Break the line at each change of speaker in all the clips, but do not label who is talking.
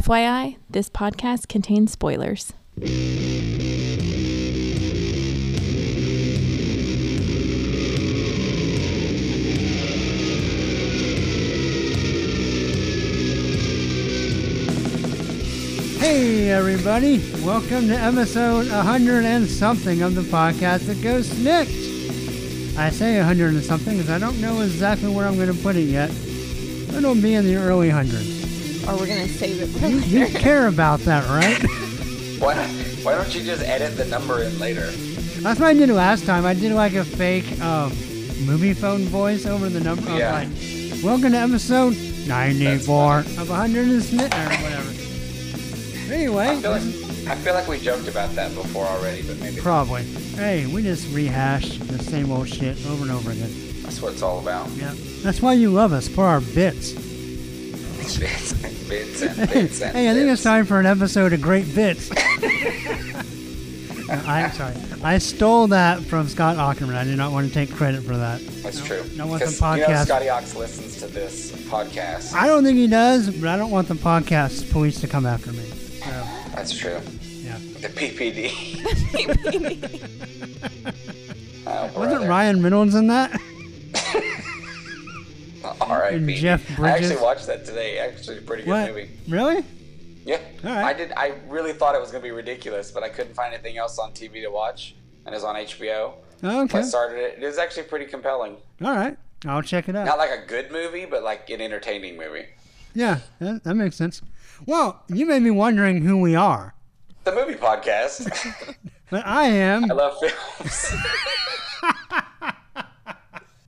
FYI, this podcast contains spoilers.
Hey, everybody. Welcome to episode 100 and something of the podcast that goes snicked. I say 100 and something because I don't know exactly where I'm going to put it yet. It'll be in the early hundreds.
Or we're going to save it for
You, you care about that, right?
Why, why don't you just edit the number in later?
That's what I did last time. I did like a fake um, movie phone voice over the number. I was
Yeah.
like, Welcome to episode 94 of 100 and smitten or whatever. Anyway,
I feel, like, I feel like we joked about that before already, but maybe
Probably. Hey, we just rehash the same old shit over and over again.
that's what it's all about.
Yeah. That's why you love us for our bits.
Bits and bits and
hey, I
bits and
think it's
bits.
time for an episode of Great Bits. No, I'm sorry. I stole that from Scott Ackerman. I do not want to take credit for that.
That's true.
no one's
'Cause
on
You know,
podcast.
Scotty Ox listens to this podcast.
I don't think he does, but I don't want the podcast police to come after me. So,
That's true.
yeah.
The PPD. oh,
Wasn't
brother.
Ryan Reynolds in that?
R.I.P.
Jeff
I
Bridges?
actually watched that today. Actually, a pretty good
what?
movie.
Really?
Yeah.
All right.
I did. I really thought it was gonna be ridiculous, but I couldn't find anything else on TV to watch, and it's on HBO. So I
Okay.
started it. It was actually pretty compelling.
All right. I'll check it out.
Not like a good movie, but like an entertaining movie.
Yeah, that, that makes sense. Well, you may be wondering who we are,
The movie podcast.
but I am.
I love films.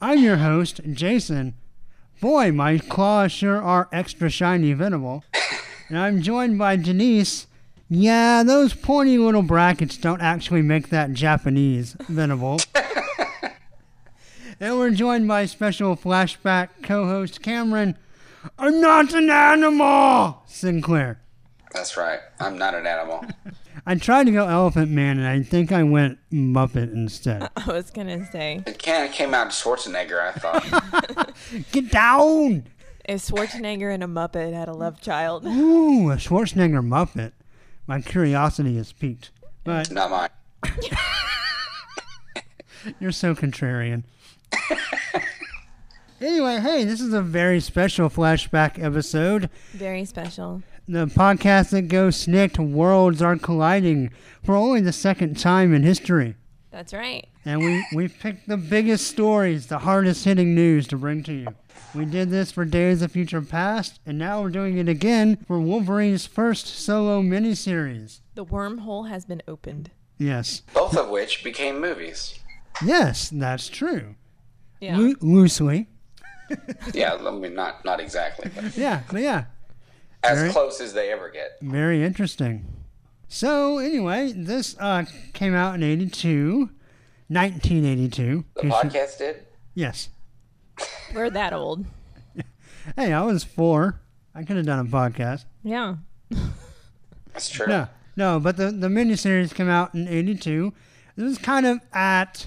I'm your host, Jason. Boy, my claws sure are extra shiny venomable. and I'm joined by Denise. Yeah, those pointy little brackets don't actually make that Japanese venomable. and we're joined by special flashback co-host Cameron. I'm not an animal, Sinclair.
That's right. I'm not an animal.
I tried to go Elephant Man, and I think I went Muppet instead.
I was going to say,
It kind of came out Schwarzenegger. I thought.
Get down!
if Schwarzenegger and a Muppet had a love child,
Ooh, a Schwarzenegger Muppet. My curiosity is piqued. But
not mine.
you're so contrarian. anyway, hey, this is a very special flashback episode.
very special.
The podcast that goes snicked worlds are colliding for only the second time in history.
That's right.
And we, we picked the biggest stories, the hardest hitting news to bring to you. We did this for Days of Future Past, and now we're doing it again for Wolverine's first solo miniseries.
The wormhole has been opened.
Yes.
Both of which became movies.
Yes, that's true.
Yeah.
Loo- loosely.
Yeah, I mean, not not exactly, but
Yeah, but yeah.
as
Alright.
close as they ever get.
Very interesting. So, anyway, this uh, came out in 82, 1982.
The
You should-
podcast did.
Yes.
We're that old.
Hey, I was four. I could have done a podcast.
Yeah.
That's true.
No, no, but the the miniseries came out in '82. This was kind of at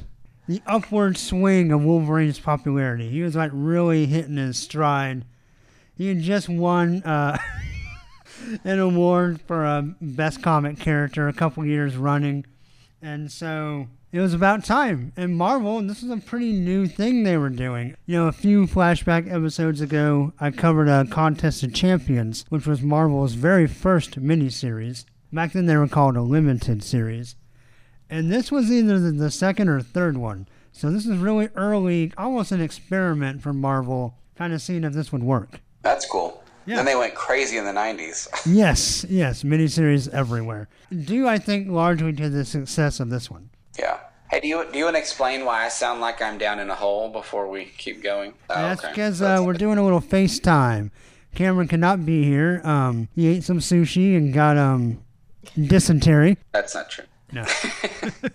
the upward swing of Wolverine's popularity. He was like really hitting his stride. He had just won uh, an award for uh, best comic character a couple years running, and so it was about time. And Marvel, this was a pretty new thing they were doing. You know, a few flashback episodes ago, I covered a Contest of Champions, which was Marvel's very first miniseries. Back then, they were called a limited series, and this was either the- the second or third one. So this is really early, almost an experiment for Marvel, kind of seeing if this would work.
That's cool.
Yeah.
Then they went crazy in the '90s.
Yes, yes, miniseries everywhere. Due, I think, largely to the success of this one.
yeah. Hey, do you do you want to explain why I sound like I'm down in a hole before we keep going? Oh,
That's
okay.
because
That's-
uh, we're doing a little FaceTime. Cameron cannot be here. Um, he ate some sushi and got um dysentery.
That's not true.
No. but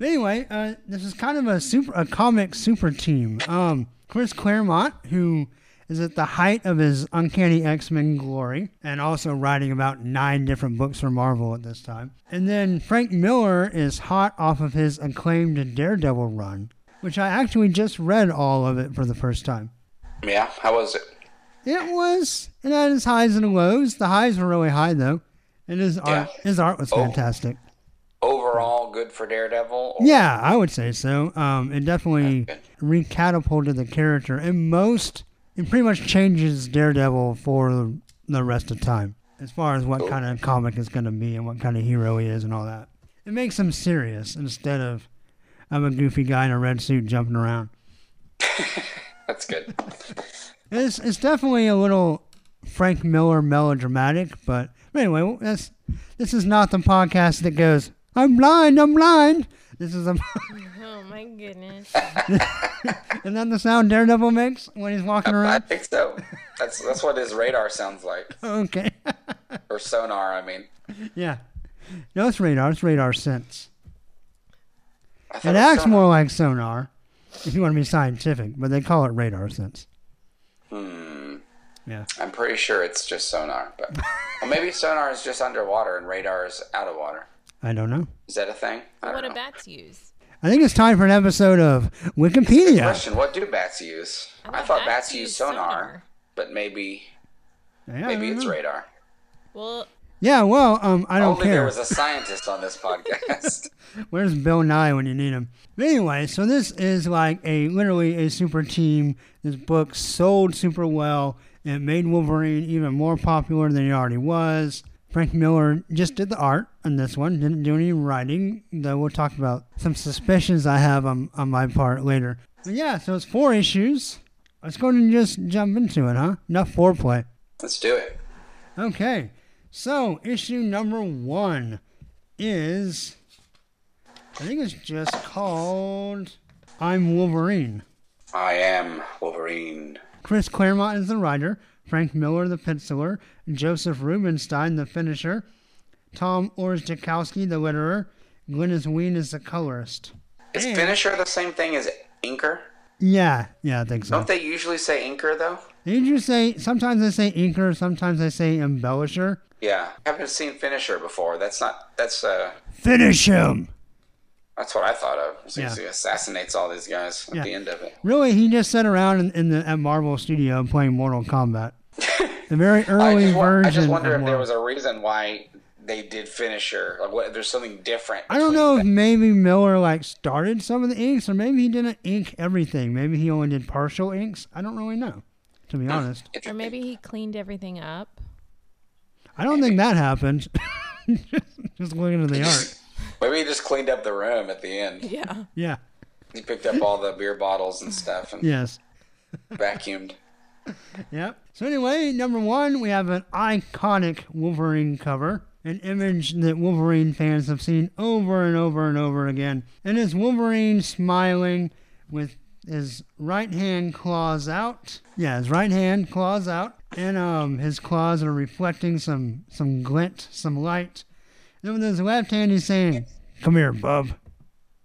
anyway, uh, this is kind of a super a comic super team. Um, Chris Claremont, who is at the height of his Uncanny X Men glory, and also writing about nine different books for Marvel at this time. And then Frank Miller is hot off of his acclaimed Daredevil run, which I actually just read all of it for the first time.
Yeah. How was it?
It was it had its highs and lows. The highs were really high though, and his art
Yeah.
his art was
Oh.
fantastic.
Overall, good for Daredevil. Or
Yeah, I would say so. Um, it definitely
That's
recatapulted the character, and most it pretty much changes Daredevil for the rest of time, as far as
Oh.
what kind of comic is going to be and what kind of hero he is and all that. It makes him serious instead of I'm a goofy guy in a red suit jumping around.
That's good.
It's it's definitely a little Frank Miller melodramatic, but anyway, that's this is not the podcast that goes I'm blind, I'm blind. This is a
Oh my goodness.
isn't that the sound Daredevil makes when he's walking
I
around?
think so. That's that's what his radar sounds like,
Okay,
or sonar. I mean,
yeah, no, it's radar. It's radar sense.
I thought
It
was
acts
sonar.
more like sonar, if you want to be scientific, but they call it radar sense.
Hmm.
Yeah,
I'm pretty sure it's just sonar, but well, maybe sonar is just underwater and radar is out of water.
I don't know.
Is that a thing? I don't
What do
know.
bats use?
I think it's time for an episode of Wikipedia.
Question: What do bats use? I,
thought
thought
bats
bats, use
use
sonar,
sonar.
but maybe
Yeah, I
maybe
don't
it's
know.
radar.
Well,
Yeah, well, um, I don't
Only
care.
there was a scientist on this podcast.
Where's Bill Nye when you need him? But anyway, so this is like a literally a super team. This book sold super well. It made Wolverine even more popular than he already was. Frank Miller just did the art on this one, didn't do any writing, though we'll talk about some suspicions I have on, on my part later. But yeah, so it's four issues. Let's go and just jump into it, huh? Enough foreplay.
Let's do it.
Okay, so issue number one is I think it's just called I'm Wolverine.
I am Wolverine.
Chris Claremont is the writer, Frank Miller the penciler, Joseph Rubinstein the finisher, Tom Orzechowski the letterer, Glynis Ween is the colorist.
Is finisher the same thing as inker?
Yeah, yeah, I think so.
Don't they usually say inker though?
Did you say sometimes they say inker, sometimes they say embellisher?
Yeah, I haven't seen finisher before. That's not. That's uh.
Finish him!
That's what I thought of. It's like
Yeah.
He assassinates all these guys at
Yeah.
the end of it.
Really, he just sat around in, in the at Marvel Studio playing Mortal Kombat. The very
I
early
just, wa-
version.
I just wonder
of
if there
Mortal-
was a reason why they did finisher. Like, what? There's something different.
I don't
between
know if
them.
maybe Miller like started some of the inks, or maybe he didn't ink everything. Maybe he only did partial inks. I don't really know, to be honest.
or maybe he cleaned everything up.
I don't think that happened. just looking at the art.
Maybe he just cleaned up the room at the end.
Yeah.
Yeah.
He picked up all the beer bottles and stuff and
Yes.
vacuumed.
Yep. So anyway, number one, we have an iconic Wolverine cover, an image that Wolverine fans have seen over and over and over again, and it's Wolverine smiling with his right hand claws out. Yeah, his right hand claws out, and um, his claws are reflecting some some glint, some light. Then with his left hand, he's saying, "Come here, bub,"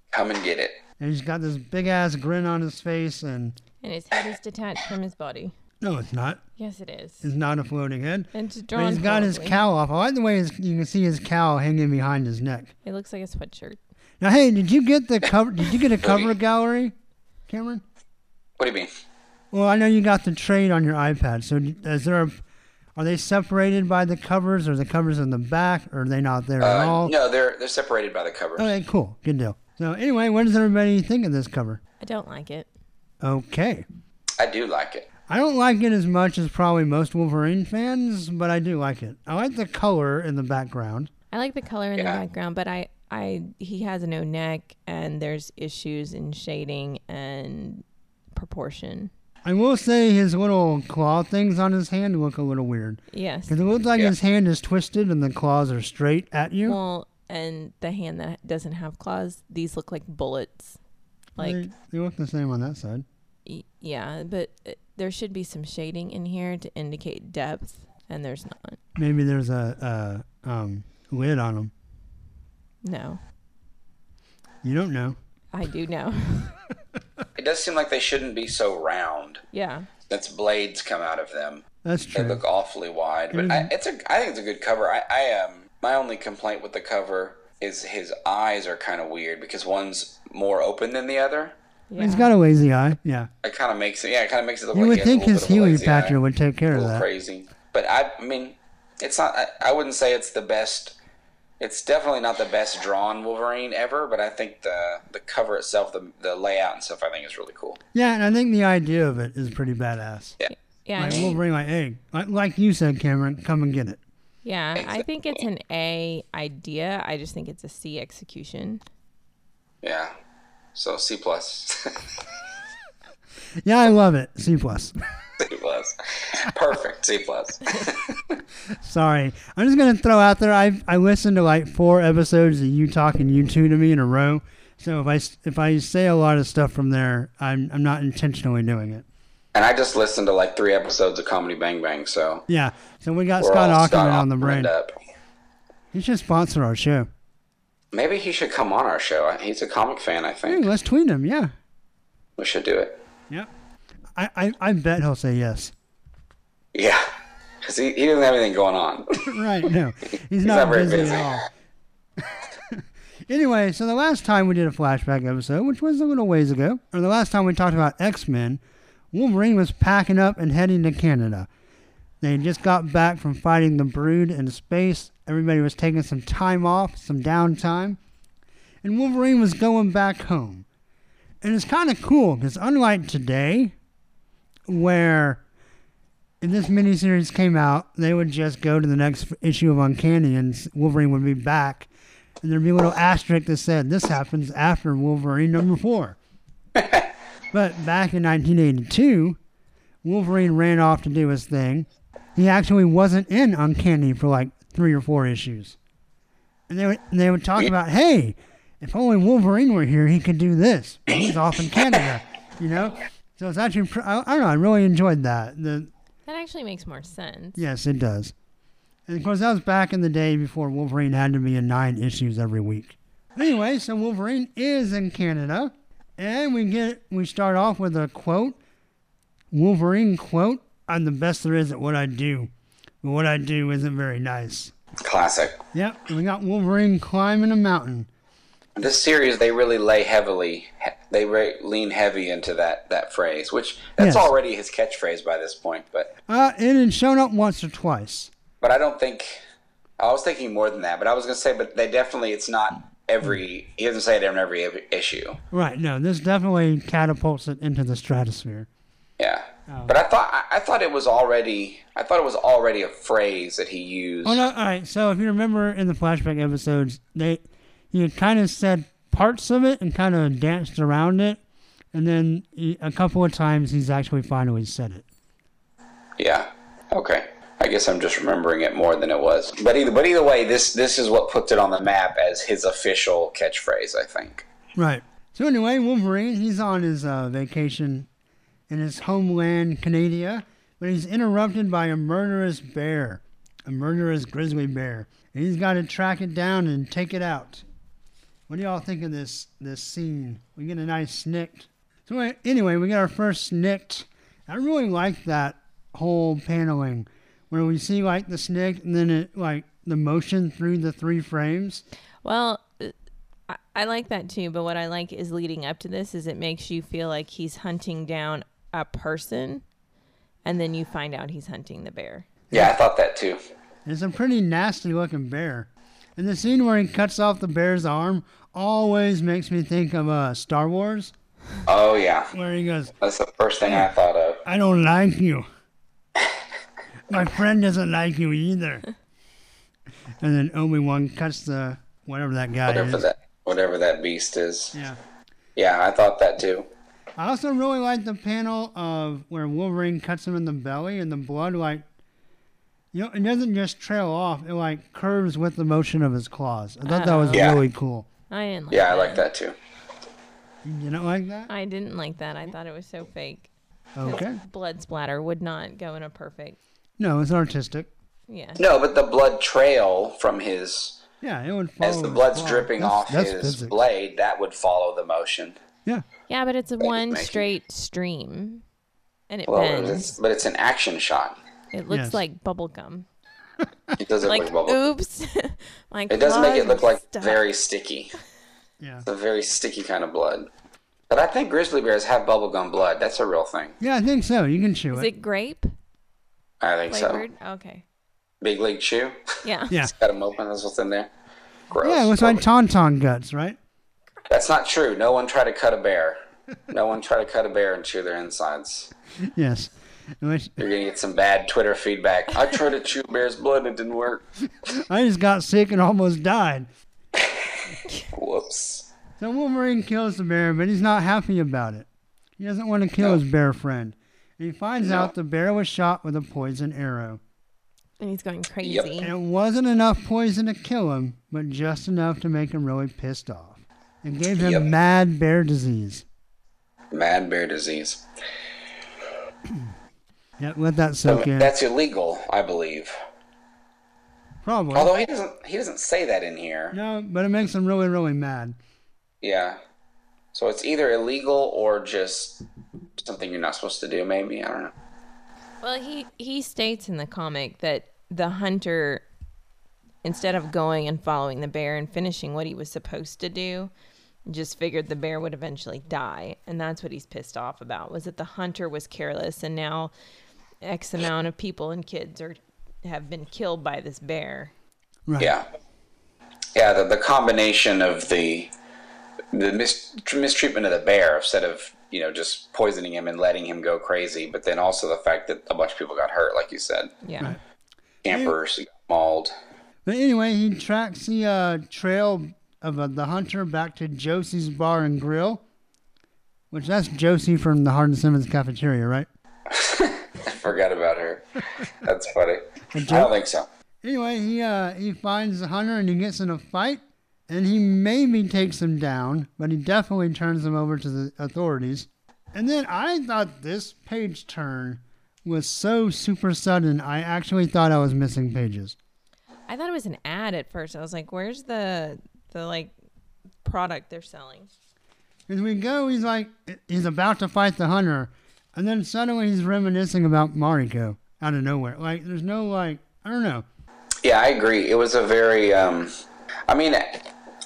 Come and get it.
and he's got this big ass grin on his face, and
And his head is detached from his body.
no, it's not.
Yes, it is.
It's not a floating head.
And it's
But
drawn.
he's got his
horribly.
cowl off. I like the way his, you can see his cowl hanging behind his neck.
It looks like a sweatshirt.
Now, hey, did you get the cover? Did you get a cover gallery, Cameron?
What do you mean?
Well, I know you got the trade on your iPad. So, is there? A, are they separated by the covers, or the covers in the back, or are they not there at
Uh,
all?
no, they're they're separated by the covers.
Okay, cool, good deal. So, anyway, what does everybody think of this cover?
I don't like it.
Okay,
I do like it.
I don't like it as much as probably most Wolverine fans, but I do like it. I like the color in the background.
I like the color in the
Yeah.
background, but I, I, he has no neck, and there's issues in shading and proportion.
I will say his little claw things on his hand look a little weird.
Yes.
Because it looks like
Yeah.
his hand is twisted and the claws are straight at you.
Well, and the hand that doesn't have claws, these look like bullets. Like,
they, they look the same on that side.
y- yeah, but uh, there should be some shading in here to indicate depth, and there's not.
Maybe there's a, a um, lid on them.
No,
You don't know.
I do know.
It does seem like they shouldn't be so round.
yeah.
That's blades come out of them.
That's
They
true.
look awfully wide, but
Mm-hmm.
I, it's a. I think it's a good cover. I, I um, my only complaint with the cover is his eyes are kind of weird because one's more open than the other.
He's got a lazy eye. Yeah.
It kind of makes it. Yeah, it kind of makes it look
You
like
would
he has a
think
little
his
bit of a
healing
lazy eye.
factor would take care
a
of
little
that.
crazy. But I, I mean, it's not. I, I wouldn't say it's the best. It's definitely not the best drawn Wolverine ever. But I think the the cover itself, the the layout and stuff, I think is really cool.
Yeah, and I think the idea of it is pretty badass.
Yeah.
yeah, I
Like
mean-
Wolverine, like, hey, like, like you said, Cameron, come and get it.
yeah. I think it's an A idea. I just think it's a C execution.
Yeah. So C plus.
Yeah, I love it. C plus.
C plus. Perfect. C plus.
Sorry, I'm just gonna throw out there. I I listened to like four episodes of you talking you two to me in a row. So if I s- if I say a lot of stuff from there, I'm I'm not intentionally doing it.
and I just listened to like three episodes of Comedy Bang Bang. So
Yeah. So we got
we're
Scott
all
Ackerman uh, on the
Ackerman'd
brain.
Up.
He should sponsor our show.
Maybe he should come on our show. He's a comic fan. I
Hey,
think
let's tweet him. Yeah.
we should do it.
Yep. I, I, I bet he'll say yes.
Yeah. Because he, he doesn't have anything going on.
Right. No, he's,
not
not,
very
busy,
busy.
at all. anyway, so the last time we did a flashback episode, which was a little ways ago, or the last time we talked about X Men, Wolverine was packing up and heading to Canada. They had just got back from fighting the Brood in space. Everybody was taking some time off, some downtime, and Wolverine was going back home. And it's kind of cool because unlike today, where if this miniseries came out, they would just go to the next issue of Uncanny and s- Wolverine would be back. And there'd be a little asterisk that said, this happens after Wolverine number four. but back in 1982, Wolverine ran off to do his thing. He actually wasn't in Uncanny for like three or four issues. And they would, they would talk about, hey, if only Wolverine were here, he could do this. But he's off in Canada, you know? So it's actually, pr- I, I don't know, I really enjoyed that. The,
That actually makes more sense.
Yes, it does. And of course, that was back in the day before Wolverine had to be in nine issues every week. Anyway, so Wolverine is in Canada, and we get we start off with a quote, Wolverine quote: "I'm the best there is at what I do, but what I do isn't very nice."
Classic.
Yep, and we got Wolverine climbing a mountain.
This series, they really lay heavily, he- they re- lean heavy into that that phrase, which
Yes.
that's already his catchphrase by this point. But
Uh, it had shown up once or twice.
but I don't think I was thinking more than that. But I was gonna say, but they definitely, it's not every. He doesn't say it in every i- issue.
Right? No, this definitely catapults it into the stratosphere.
Yeah.
Oh.
But I thought I- I thought it was already I thought it was already a phrase that he used.
Oh no! All right. So if you remember in the flashback episodes, they he kind of said parts of it and kind of danced around it, and then he, a couple of times he's actually finally said it.
Yeah. Okay. I guess I'm just remembering it more than it was. But either but either way, this this is what puts it on the map as his official catchphrase. I think.
Right. So anyway, Wolverine he's on his uh, vacation in his homeland, Canada, but he's interrupted by a murderous bear, a murderous grizzly bear, and he's got to track it down and take it out. What do y'all think of this this scene? We get a nice snicked. So a- anyway, we get our first snicked. I really like that whole paneling where we see like the snick and then it like the motion through the three frames.
Well, uh, I, I like that too, but what I like is leading up to this is it makes you feel like he's hunting down a person and then you find out he's hunting the bear.
Yeah, I thought that too.
It's a pretty nasty looking bear. And the scene where he cuts off the bear's arm always makes me think of uh, Star Wars,
Oh yeah,
where he goes,
that's the first thing I thought of.
I don't like you. My friend doesn't like you either. And then Obi Wan cuts the whatever that guy
Whatever
is.
that whatever that beast is.
Yeah.
Yeah, I thought that too.
I also really like the panel of where Wolverine cuts him in the belly and the blood like you know, it doesn't just trail off, it like curves with the motion of his claws. I thought that was
Uh-huh. Yeah.
really cool.
I didn't like
Yeah, I
that.
like that too.
You don't like that?
I didn't like that. I thought it was so fake.
Okay.
Blood splatter would not go in a perfect.
No, it's artistic.
Yeah.
No, but the blood trail from his
Yeah, it would follow.
as the
his
blood's
claw.
dripping
Oh, That's-
off
that's
his
physics.
blade, that would follow the motion.
Yeah,
Yeah, but it's a one
making-
straight stream and it
Well, it's,
bends.
but it's an action shot.
It looks
Yes.
like bubble gum.
It doesn't
Like,
look bubble.
oops. My
It doesn't make
claws
it look
are
like
stuck.
very sticky.
yeah.
It's a very sticky kind of blood. But I think grizzly bears have bubblegum blood. That's a real thing.
Yeah, I think so. You can chew
Is
it.
it grape
I think
flavored?
so.
Okay.
Big league chew.
Yeah.
Yeah.
Got them open. That's what's in there. Gross.
Yeah, it was like
Probably.
tauntaun guts, right?
That's not true. No one tried to cut a bear. No one tried to cut a bear and chew their insides.
Yes. Which-
You're gonna get some bad Twitter feedback. I tried to chew bear's blood and it didn't work.
I just got sick and almost died.
Whoops.
So Wolverine kills the bear, but he's not happy about it. He doesn't want to kill
No.
his bear friend. And he finds
No.
out the bear was shot with a poison arrow.
And he's going crazy.
And it wasn't enough poison to kill him, but just enough to make him really pissed off. And gave him
Yep.
mad bear disease.
Mad bear disease.
Yeah, let that
So
soak in.
That's illegal, I believe.
Probably.
Although he doesn't he doesn't say that in here.
no, but it makes him really, really mad.
Yeah. So it's either illegal or just something you're not supposed to do, maybe. I don't know.
Well, he he states in the comic that the hunter instead of going and following the bear and finishing what he was supposed to do, just figured the bear would eventually die, and that's what he's pissed off about. Was that the hunter was careless and now X amount of people and kids are have been killed by this bear.
Right.
Yeah. Yeah, the, the combination of the the mis- mistreatment of the bear instead of, you know, just poisoning him and letting him go crazy, but then also the fact that a bunch of people got hurt, like you said.
Yeah.
Campers got mauled.
But anyway, he tracks the uh, trail of uh, the hunter back to Josie's Bar and Grill, which that's Josie from the Hardin Simmons cafeteria, right?
I forgot about her. That's funny. I
joke?
don't think so.
Anyway, he uh, he finds the hunter and he gets in a fight, and he maybe takes him down, but he definitely turns him over to the authorities. And then I thought this page turn was so super sudden, I actually thought I was missing pages.
I thought it was an ad at first. I was like, where's the the like product they're selling?
As we go, he's like, he's about to fight the hunter, and then suddenly he's reminiscing about Mariko out of nowhere. Like, there's no, like, I don't know.
Yeah, I agree. It was a very, um, I mean,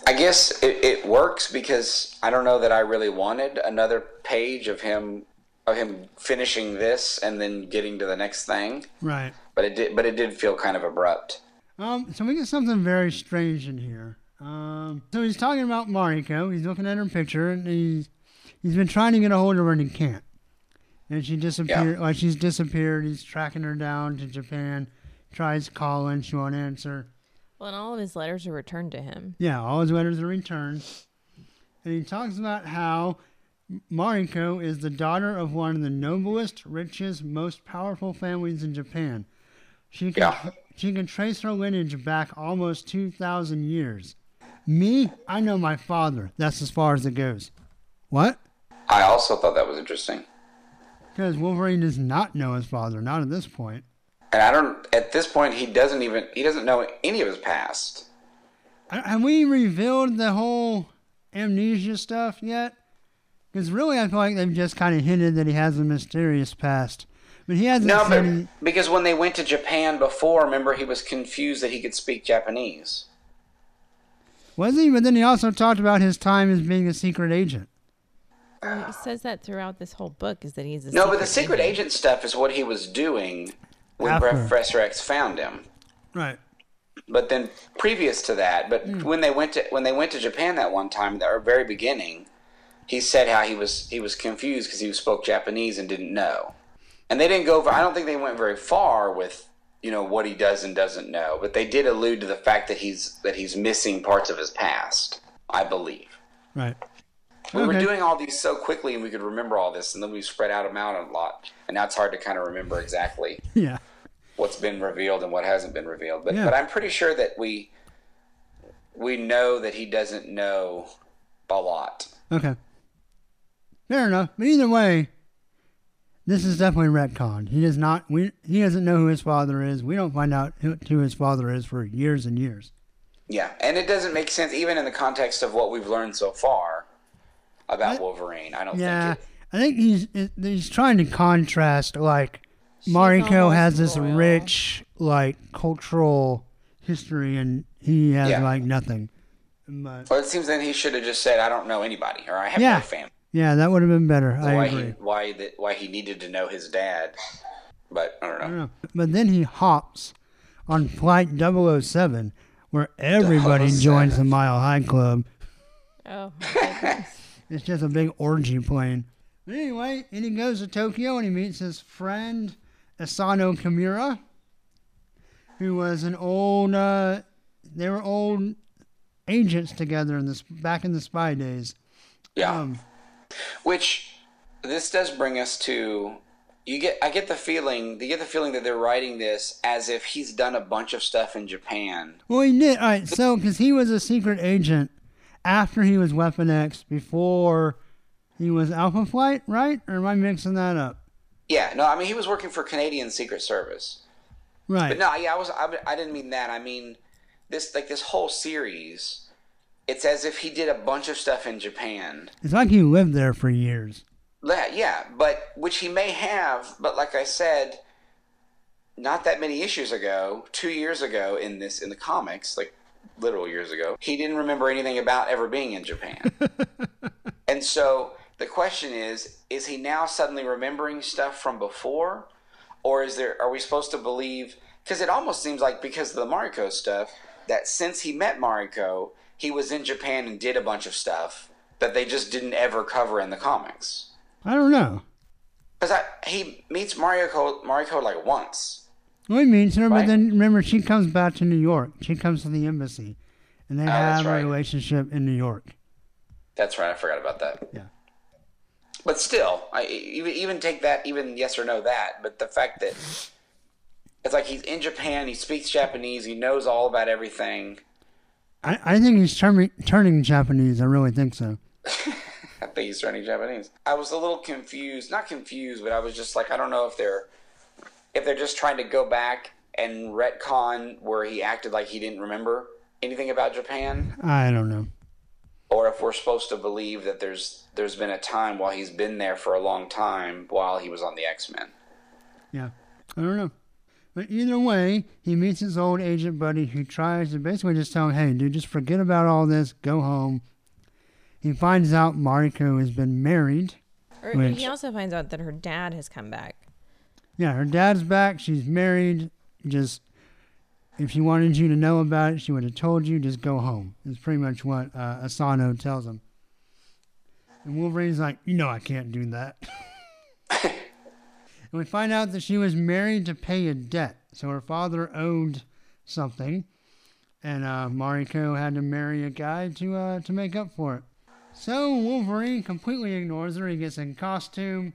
I guess it, it works because I don't know that I really wanted another page of him of him finishing this and then getting to the next thing.
Right.
But it did, but it did feel kind of abrupt.
Um, so we get something very strange in here. Um, so he's talking about Mariko. He's looking at her picture, and he's he's been trying to get a hold of her, and he can't. And she disappeared. Like she's disappeared. He's tracking her down to Japan. Tries calling. She won't answer.
Well, and all of his letters are returned to him.
Yeah, all his letters are returned. And he talks about how Mariko is the daughter of one of the noblest, richest, most powerful families in Japan. She can,
Yeah.
she can trace her lineage back almost 2,000 years. Me, I know my father. That's as far as it goes. What?
I also thought that was interesting.
Because Wolverine does not know his father, not at this point.
And I don't. At this point, he doesn't even he doesn't know any of his past.
Uh, Have we revealed the whole amnesia stuff yet? Because really, I feel like they've just kind of hinted that he has a mysterious past. But he hasn't
No,
said he,
but because when they went to Japan before, remember he was confused that he could speak Japanese.
was he? But then he also talked about his time as being a secret agent.
And He says that throughout this whole book is that he's a
No, but the secret agent stuff is what he was doing when
After.
Professor X found him.
Right.
But then previous to that, but when they went to when they went to Japan that one time, the very beginning, he said how he was he was confused because he spoke Japanese and didn't know. And they didn't go. I don't think they went very far with you know what he does and doesn't know. But they did allude to the fact that he's that he's missing parts of his past. I believe.
Right.
We were
Okay.
doing all these so quickly, and we could remember all this, and then we spread out them out a lot, and now it's hard to kind of remember exactly
Yeah.
what's been revealed and what hasn't been revealed. But
Yeah.
but I'm pretty sure that we we know that he doesn't know a lot.
Okay. Fair enough. But either way, this is definitely retcon. He does not. We. He doesn't know who his father is. We don't find out who, who his father is for years and years.
Yeah, and it doesn't make sense even in the context of what we've learned so far about Wolverine. I don't
Yeah,
think it,
I think he's he's trying to contrast like Mariko
almost
has this
royal.
rich like cultural history and he has
Yeah.
like nothing. But
well, it seems that he should have just said, "I don't know anybody," or "I have
Yeah.
no family."
Yeah, that would have been better. I
why
agree.
he why that why he needed to know his dad. But I don't know.
I don't know. But then he hops on flight 007, where everybody
007.
joins the Mile High Club.
Oh, my goodness.
It's just a big orgy plane. But anyway, and he goes to Tokyo and he meets his friend Asano Kimura, who was an old. Uh, they were old agents together in this back in the spy days.
Yeah.
Um,
Which this does bring us to you get I get the feeling you get the feeling that they're writing this as if he's done a bunch of stuff in Japan.
Well, he did. All right, so because he was a secret agent after he was Weapon X, before he was Alpha Flight, right? Or am I mixing that up?
Yeah, no, I mean he was working for Canadian Secret Service.
Right.
But no, yeah, I was I, I didn't mean that. I mean this like this whole series it's as if he did a bunch of stuff in Japan.
It's like he lived there for years.
Yeah, yeah, but which he may have, but like I said, not that many issues ago, two years ago in this in the comics, like literal years ago, he didn't remember anything about ever being in Japan. and so the question is, is he now suddenly remembering stuff from before? Or is there are we supposed to believe because it almost seems like because of the Mariko stuff, that since he met Mariko, he was in Japan and did a bunch of stuff that they just didn't ever cover in the comics.
I don't know.
Because he meets Mario Code, Mario Code like once.
Well, he meets her, but
Right.
then remember, she comes back to New York. She comes to the embassy, and they
Oh, that's
have
right.
a relationship in New York.
That's right. I forgot about that.
Yeah.
But still, I even even take that even yes or no that. But the fact that it's like he's in Japan, he speaks Japanese, he knows all about everything.
I, I think he's turning turning Japanese. I really think so.
I think he's learning Japanese. I was a little confused, not confused, but I was just like, I don't know if they're if they're just trying to go back and retcon where he acted like he didn't remember anything about Japan.
I don't know.
or if we're supposed to believe that there's there's been a time while he's been there for a long time while he was on the X-Men.
Yeah, I don't know. But either way, he meets his old agent buddy who tries to basically just tell him, hey, dude, just forget about all this, go home. He finds out Mariko has been married.
Or
Which-
he also finds out that her dad has come back.
Yeah, her dad's back. She's married. Just, if she wanted you to know about it, she would have told you, just go home. It's pretty much what uh, Asano tells him. And Wolverine's like, you know, I can't do that. and we find out that she was married to pay a debt. So her father owed something. And uh, Mariko had to marry a guy to, uh, to make up for it. So Wolverine completely ignores her. He gets in costume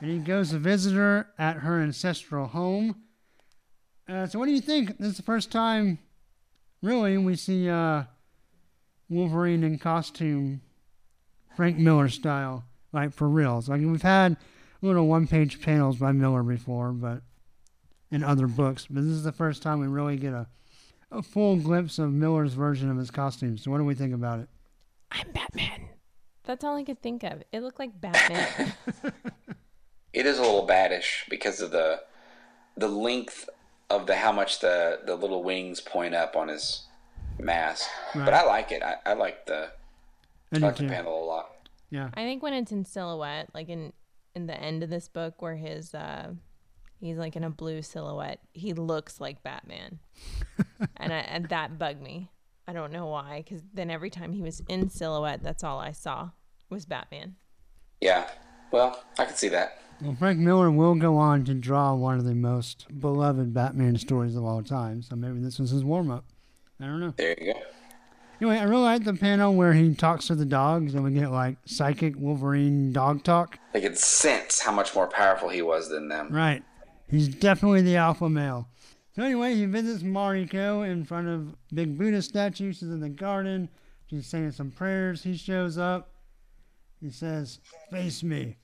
and he goes to visit her at her ancestral home. Uh, so, what do you think? This is the first time, really, we see uh, Wolverine in costume, Frank Miller style, like for reals. Like we've had little one-page panels by Miller before, but in other books. But this is the first time we really get a a full glimpse of Miller's version of his costume. So, what do we think about it?
I'm Batman. That's all I could think of. It looked like Batman.
It is a little baddish because of the the length of the how much the the little wings point up on his mask. But I like it. I, I like the
I
I
do
like the
too.
panel a lot.
Yeah,
I think when it's in silhouette, like in in the end of this book where his uh he's like in a blue silhouette, he looks like Batman. and I, and that bugged me. I don't know why cuz then every time he was in silhouette, that's all I saw was Batman.
Yeah. Well, I can see that.
Well, Frank Miller will go on to draw one of the most beloved Batman stories of all time, so maybe this was his warm up. I don't know.
There you go.
Anyway, I really like the panel where he talks to the dogs and we get like psychic Wolverine dog talk.
They could sense how much more powerful he was than them.
Right. He's definitely the alpha male. So anyway, he visits Mariko in front of big Buddha statue. She's in the garden. She's saying some prayers. He shows up. He says, "Face me,"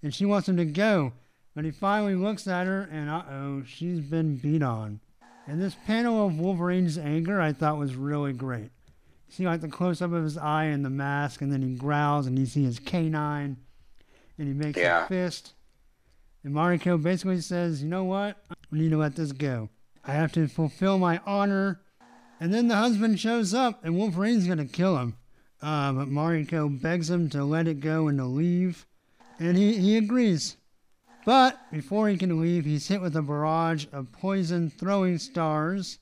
and she wants him to go, but he finally looks at her, and uh-oh, she's been beat on. And this panel of Wolverine's anger, I thought was really great. You see, like the close-up of his eye and the mask, and then he growls, and you see his canine, and he makes
Yeah.
a fist. And Mariko basically says, you know what? I need to let this go. I have to fulfill my honor. And then the husband shows up and Wolverine's going to kill him. Uh, but Mariko begs him to let it go and to leave, and he, he agrees. But before he can leave, he's hit with a barrage of poison throwing stars.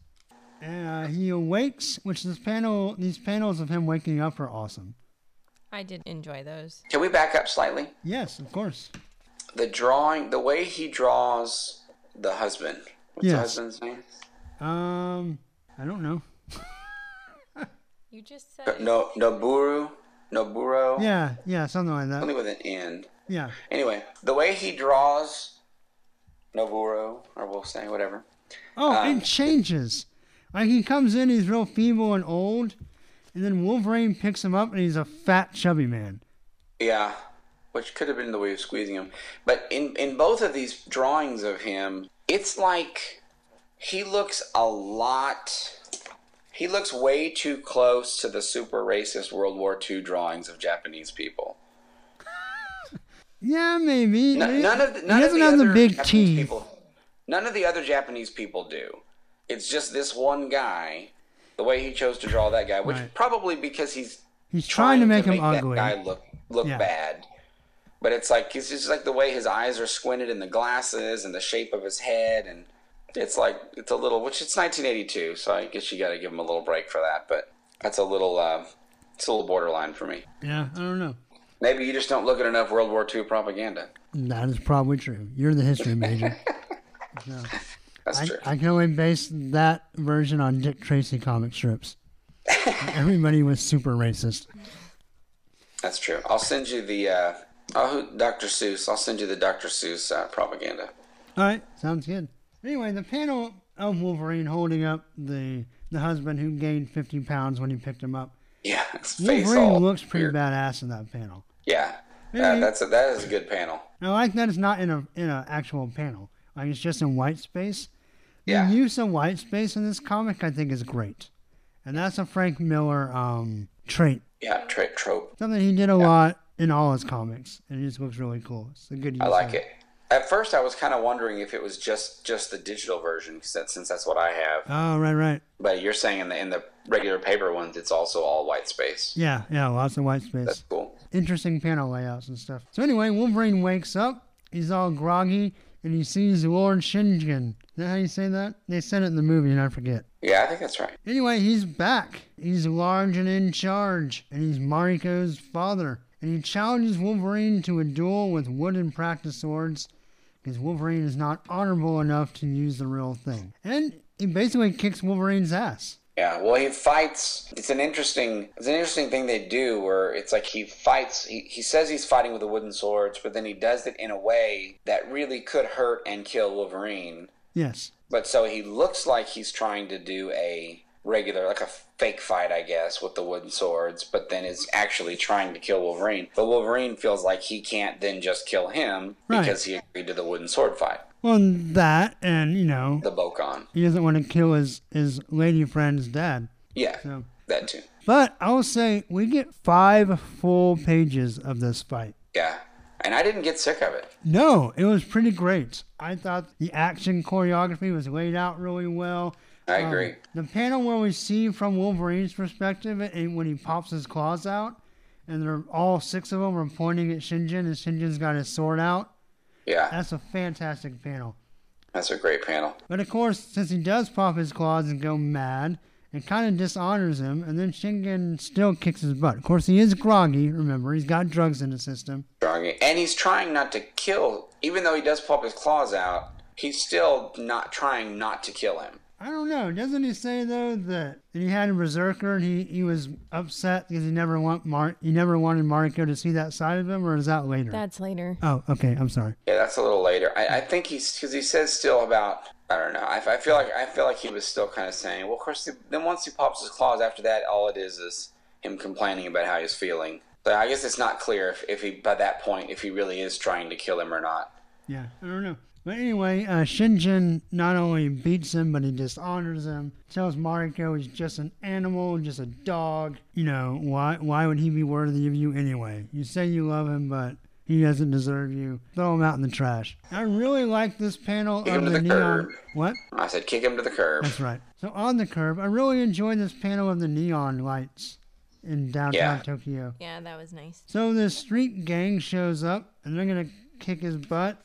And uh, he awakes, which this panel, these panels of him waking up are awesome.
I did enjoy those.
Can we back up slightly?
Yes, of course.
The drawing, the way he draws the husband. What's
Yes.
the husband's name?
Um, I don't know.
You just said
No, Noburu, Noburo.
Yeah, yeah, something like that.
Something with an N.
Yeah,
Anyway, the way he draws Noburo, or we'll say whatever.
Oh,
Uh,
it changes. Like he comes in, he's real feeble and old, and then Wolverine picks him up, and he's a fat, chubby man.
Yeah, which could have been the way of squeezing him. But in in both of these drawings of him, it's like he looks a lot. He looks way too close to the super racist World War II drawings of Japanese people.
Yeah, maybe.
No, none of the, none
he doesn't
of the
have
other
the big
Japanese
teeth.
People, none of the other Japanese people do. It's just this one guy, the way he chose to draw that guy, which
Right.
probably because he's
He's trying to make him ugly.
That guy look look
Yeah.
bad. But it's like it's just like the way his eyes are squinted in the glasses and the shape of his head, and it's like it's a little. Which it's 1982, so I guess you got to give him a little break for that. But that's a little. Uh, it's a little borderline for me.
Yeah, I don't know.
Maybe you just don't look at enough World War II propaganda.
That is probably true. You're the history major.
That's
I,
true.
I can only base that version on Dick Tracy comic strips. Everybody was super racist.
That's true. I'll send you the. Uh, oh, who- Dr. Seuss. I'll send you the Dr. Seuss uh, propaganda.
All right, sounds good. Anyway, the panel of Wolverine holding up the the husband who gained 50 pounds when he picked him up.
Yeah, his face all
Wolverine looks pretty
weird.
badass in that panel.
Yeah,
Yeah.
uh, that's a, that is a good panel.
And I like that it's not in a in an actual panel. Like it's just in white space.
Yeah.
The use of white space in this comic, I think, is great, and that's a Frank Miller um, trait.
Yeah, tra- trope.
Something he did a lot in all his comics, and it just looks really cool. It's a good. Use
I like
of
it. At first, I was kind of wondering if it was just just the digital version, 'cause that, since that's what I have.
Oh right, right.
But you're saying in the in the regular paper ones, it's also all white space.
Yeah, yeah. Lots of white space.
That's cool.
interesting panel layouts and stuff. So anyway, Wolverine wakes up. He's all groggy, and he sees Lord Shingen. Is that how you say that? They said it in the movie, and I forget.
Yeah, I think that's right.
Anyway, he's back. He's large and in charge, and he's Mariko's father. And he challenges Wolverine to a duel with wooden practice swords because Wolverine is not honorable enough to use the real thing. And he basically kicks Wolverine's ass.
Yeah. Well, he fights. It's an interesting. It's an interesting thing they do where it's like he fights. He, he says he's fighting with a wooden sword, but then he does it in a way that really could hurt and kill Wolverine.
Yes.
But so he looks like he's trying to do a regular, like a fake fight, I guess, with the wooden swords, but then is actually trying to kill Wolverine. But Wolverine feels like he can't then just kill him
Right.
because he agreed to the wooden sword fight,
Well, that, and, you know,
the Bokon.
he doesn't want to kill his, his lady friend's dad.
Yeah,
So-
that too.
But I will say we get five full pages of this fight.
Yeah. And I didn't get sick of it.
No, it was pretty great. I thought the action choreography was laid out really well.
I
Um,
agree.
the panel where we see from Wolverine's perspective and when he pops his claws out, and they're all six of them are pointing at Shinjin, and Shinjin's got his sword out.
yeah,
That's a fantastic panel.
that's a great panel.
But of course, since he does pop his claws and go mad, it kind of dishonors him, and then Shingen still kicks his butt. Of course, he is groggy, remember, he's got drugs in his system.
Strong. And he's trying not to kill, even though he does pop his claws out, he's still not trying not to kill him.
I don't know, doesn't he say, though, that that he had a Berserker and he, he was upset because he never, want Mar- he never wanted Mariko to see that side of him, or is that later?
that's later.
oh, okay, I'm sorry.
Yeah, that's a little later. I, I think he's because he says still about I don't know. I, I feel like I feel like he was still kind of saying, well, of course. Then once he pops his claws, after that, all it is is him complaining about how he's feeling. So I guess it's not clear if, if he by that point if he really is trying to kill him or not.
Yeah, I don't know. But anyway, uh, Shinjin not only beats him, but he dishonors him. Tells Mariko he's just an animal, just a dog. You know, why Why would he be worthy of you anyway? You say you love him, but he doesn't deserve you. Throw him out in the trash. I really like this panel
him
of
to
the
the
neon.
curb.
What?
I said, kick him to the curb.
That's right. So on the curb, I really enjoyed this panel of the neon lights. in downtown
Yeah.
Tokyo.
Yeah, that was nice.
So the street gang shows up and they're gonna kick his butt,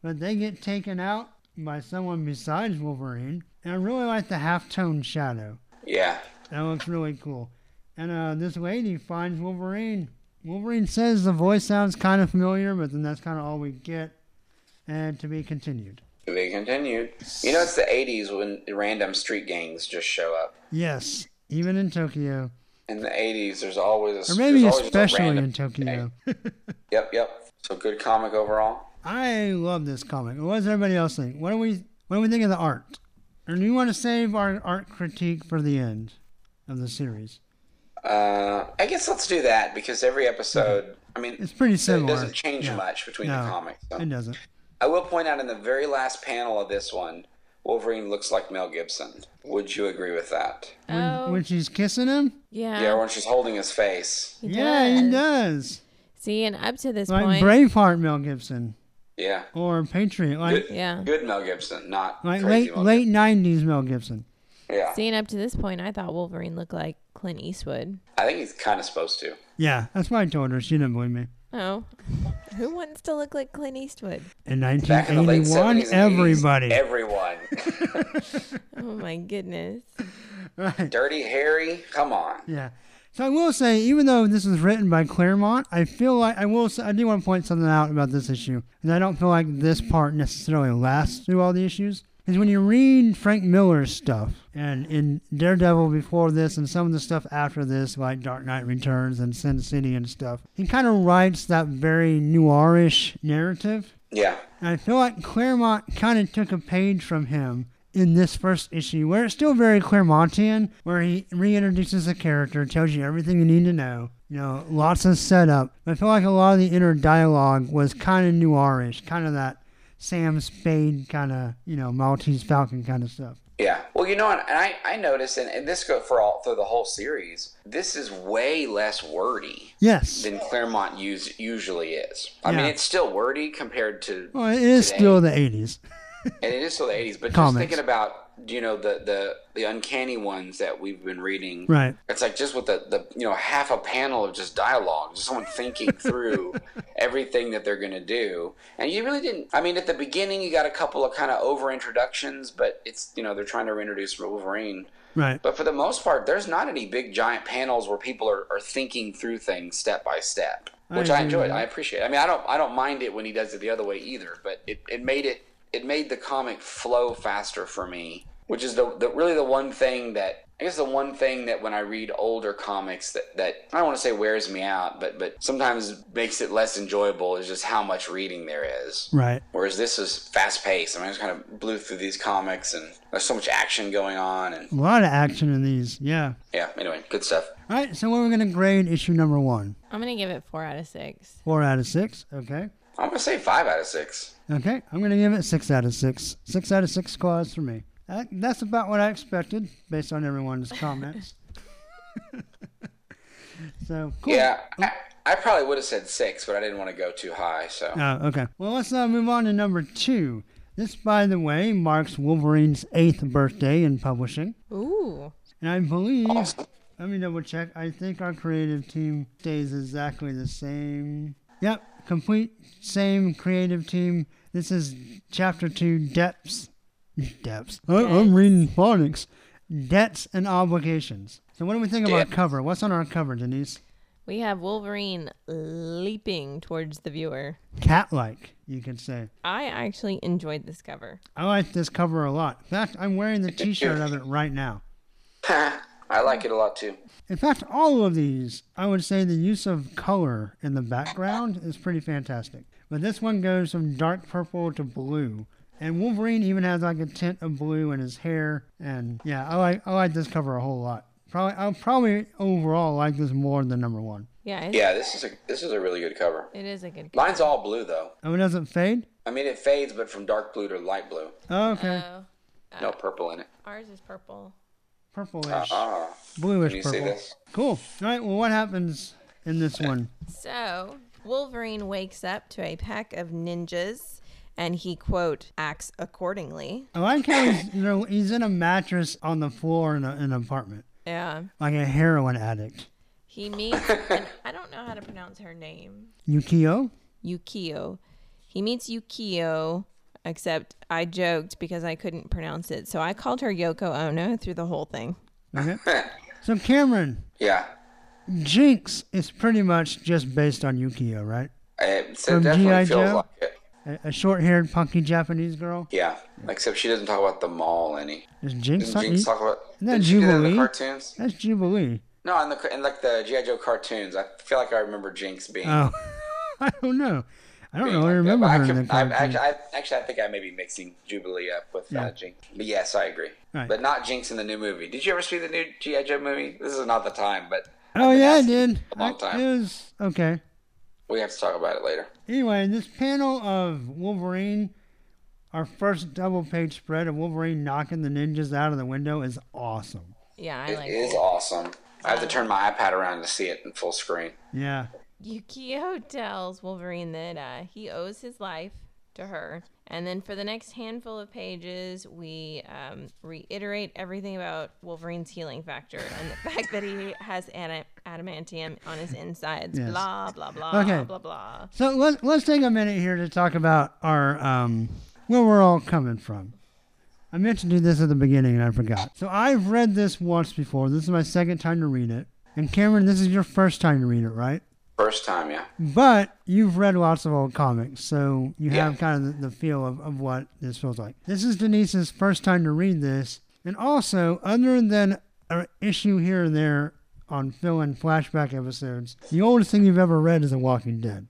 but they get taken out by someone besides Wolverine. And I really like the halftone shadow.
Yeah.
That looks really cool. And uh, this lady finds Wolverine. Wolverine says the voice sounds kind of familiar, but then that's kind of all we get. And to be continued.
To be continued. You know, it's the 80s when random street gangs just show up.
Yes, even in Tokyo,
In the 80s, there's always a
or maybe
there's always a
especially
random
in Tokyo.
Yep, yep. So good comic overall.
I love this comic. What does everybody else think? What do we What do we think of the art? Or do you want to save our art critique for the end of the series?
Uh, I guess let's do that because every episode, I mean,
It's pretty
it
similar.
doesn't change
Yeah.
much between
no,
the comics. so.
It doesn't.
I will point out in the very last panel of this one, Wolverine looks like Mel Gibson. Would you agree with that?
Oh,
When she's kissing him,
yeah.
yeah, when she's holding his face.
he
yeah, he does.
See, and up to this
Like
point,
Braveheart Mel Gibson
Yeah.
or Patriot, like
Good,
Yeah.
good Mel Gibson, not
like
crazy
late
Mel
late nineties Mel Gibson.
Gibson. Yeah.
seeing up to this point, I thought Wolverine looked like Clint Eastwood.
I think he's kind of supposed to.
Yeah, that's why I told her she didn't believe me.
Oh, who wants to look like Clint Eastwood?
In
Back in the late
1981,
70s, and 80s,
everybody.
everyone,
Oh my goodness.
right.
Dirty Harry, come on.
Yeah. So I will say, even though this was written by Claremont, I feel like I will. Say, I do want to point something out about this issue, and I don't feel like this part necessarily lasts through all the issues. Is when you read Frank Miller's stuff, and in Daredevil before this, and some of the stuff after this, like Dark Knight Returns and Sin City and stuff, he kind of writes that very noirish narrative.
Yeah,
And I feel like Claremont kind of took a page from him in this first issue, where it's still very Claremontian, where he reintroduces the character, tells you everything you need to know. You know, lots of setup. But I feel like a lot of the inner dialogue was kind of noirish, kind of that Sam Spade kind of, you know, Maltese Falcon kind of stuff.
yeah. Well, you know, and I, I noticed, and, and this go for all through the whole series. This is way less wordy
Yes.
than Claremont use, usually is. I mean,
Yeah.
it's still wordy compared to
Well, it is
today.
still the 80s.
And it is still the 80s, but
Comics.
just thinking about, you know, the, the, the uncanny ones that we've been reading.
Right.
It's like just with the, the, you know, half a panel of just dialogue, just someone thinking through everything that they're going to do. And you really didn't, I mean, at the beginning, you got a couple of kind of over introductions, but it's, you know, they're trying to reintroduce Wolverine.
Right.
But for the most part, there's not any big giant panels where people are, are thinking through things step by step, which I,
agree
enjoyed.
with
I appreciate. It. I mean, I don't I don't mind it when he does it the other way either, but it, it made it it made the comic flow faster for me, which is the, the really the one thing that I guess the one thing that when I read older comics that, that I don't want to say wears me out, but but sometimes makes it less enjoyable is just how much reading there is.
Right.
Whereas this is fast paced. I mean, I just kind of blew through these comics, and there's so much action going on, and
A lot of action in these. Yeah.
yeah, anyway, good stuff.
All right. So, what are we going to grade issue number one?
I'm gonna give it four out of six.
Four out of six. Okay.
I'm going to say five out of six.
Okay, I'm gonna give it six out of six. Six out of six claws for me. That, that's about what I expected based on everyone's comments. so cool. Mm.
Yeah, I, I probably would have said six, but I didn't want to go too high, so.
Oh, okay. Well, let's now move on to number two. This, by the way, marks Wolverine's eighth birthday in publishing,
Ooh.
and I believe.
Awesome.
Let me double check. I think our creative team stays exactly the same. Yep, complete same creative team. This is chapter two, depths. Depths. I, I'm reading phonics. Debts and obligations. So, what do we think of our
Debt.
cover? What's on our cover, Denise?
We have Wolverine leaping towards the viewer.
Cat like, you could say.
I actually enjoyed this cover.
I like this cover a lot. In fact, I'm wearing the t shirt of it right now.
I like it a lot too.
In fact, all of these, I would say the use of color in the background is pretty fantastic. But this one goes from dark purple to blue. And Wolverine even has like a tint of blue in his hair. And yeah, I like I like this cover a whole lot. Probably I'll probably overall like this more than number one.
Yeah. It's,
Yeah, this is a this is a really good cover.
It is a good.
Mine's all blue though.
Oh, it doesn't fade?
I mean, it fades, but from dark blue to light blue.
Okay.
Uh,
Oh,
No purple in it.
ours is purple.
Purplish.
Ah,
Bluish
can you
purple.
see this?
Cool. All right, well what happens in this one?
So Wolverine wakes up to a pack of ninjas, and he quote acts accordingly.
I like how he's you know, he's in a mattress on the floor in, a, in an apartment.
Yeah.
Like a heroin addict.
He meets, and I don't know how to pronounce her name.
Yukio?
Yukio. He meets Yukio, except I joked because I couldn't pronounce it. So I called her Yoko Ono through the whole thing.
Okay. so, Cameron,
Yeah.
Jinx is pretty much just based on Yukio, right?
It, so
From G.I.
definitely feels
Joe?
like it.
A, a short haired, punky Japanese girl.
Yeah. Except she doesn't talk about the mall any.
Is Jinx,
Didn't
on
Jinx
you?
talk about
Isn't that
did she do that in the
Jubilee?
cartoons?
That's Jubilee.
No, in the in like the GI Joe cartoons, I feel like I remember Jinx being.
Oh, I don't know. I don't know.
being like
I
that,
remember
but
her
I
in
could-
the
I,
cartoon.
actually, I, actually, I think I may be mixing Jubilee up with
Yeah.
uh, Jinx. But yes, I agree.
Right.
But not Jinx in the new movie. Did you ever see the new GI Joe movie? This is not the time, but
oh,
I've been
yeah, I
asking
did.
a long
I-
time.
It was okay.
we have to talk about it later.
Anyway, this panel of Wolverine, our first double page spread of Wolverine knocking the ninjas out of the window is awesome.
Yeah, I
It is
like it.
awesome. I have to turn my iPad around to see it in full screen.
Yeah.
Yukio tells Wolverine that uh, he owes his life to her. And then for the next handful of pages, we um, reiterate everything about Wolverine's healing factor and the fact that he has ana- adamantium on his insides.
Yes.
Blah, blah, blah,
Okay.
blah, blah.
So let's let's take a minute here to talk about our um, where we're all coming from. I meant to do this at the beginning and I forgot. So I've read this once before. This is my second time to read it. And Cameron, this is your first time to read it, right?
First time, yeah.
But you've read lots of old comics, so you
Yeah.
have kind of the, the feel of, of what this feels like. This is Denise's first time to read this. And also, other than an issue here and there on fill in flashback episodes, the oldest thing you've ever read is The Walking Dead.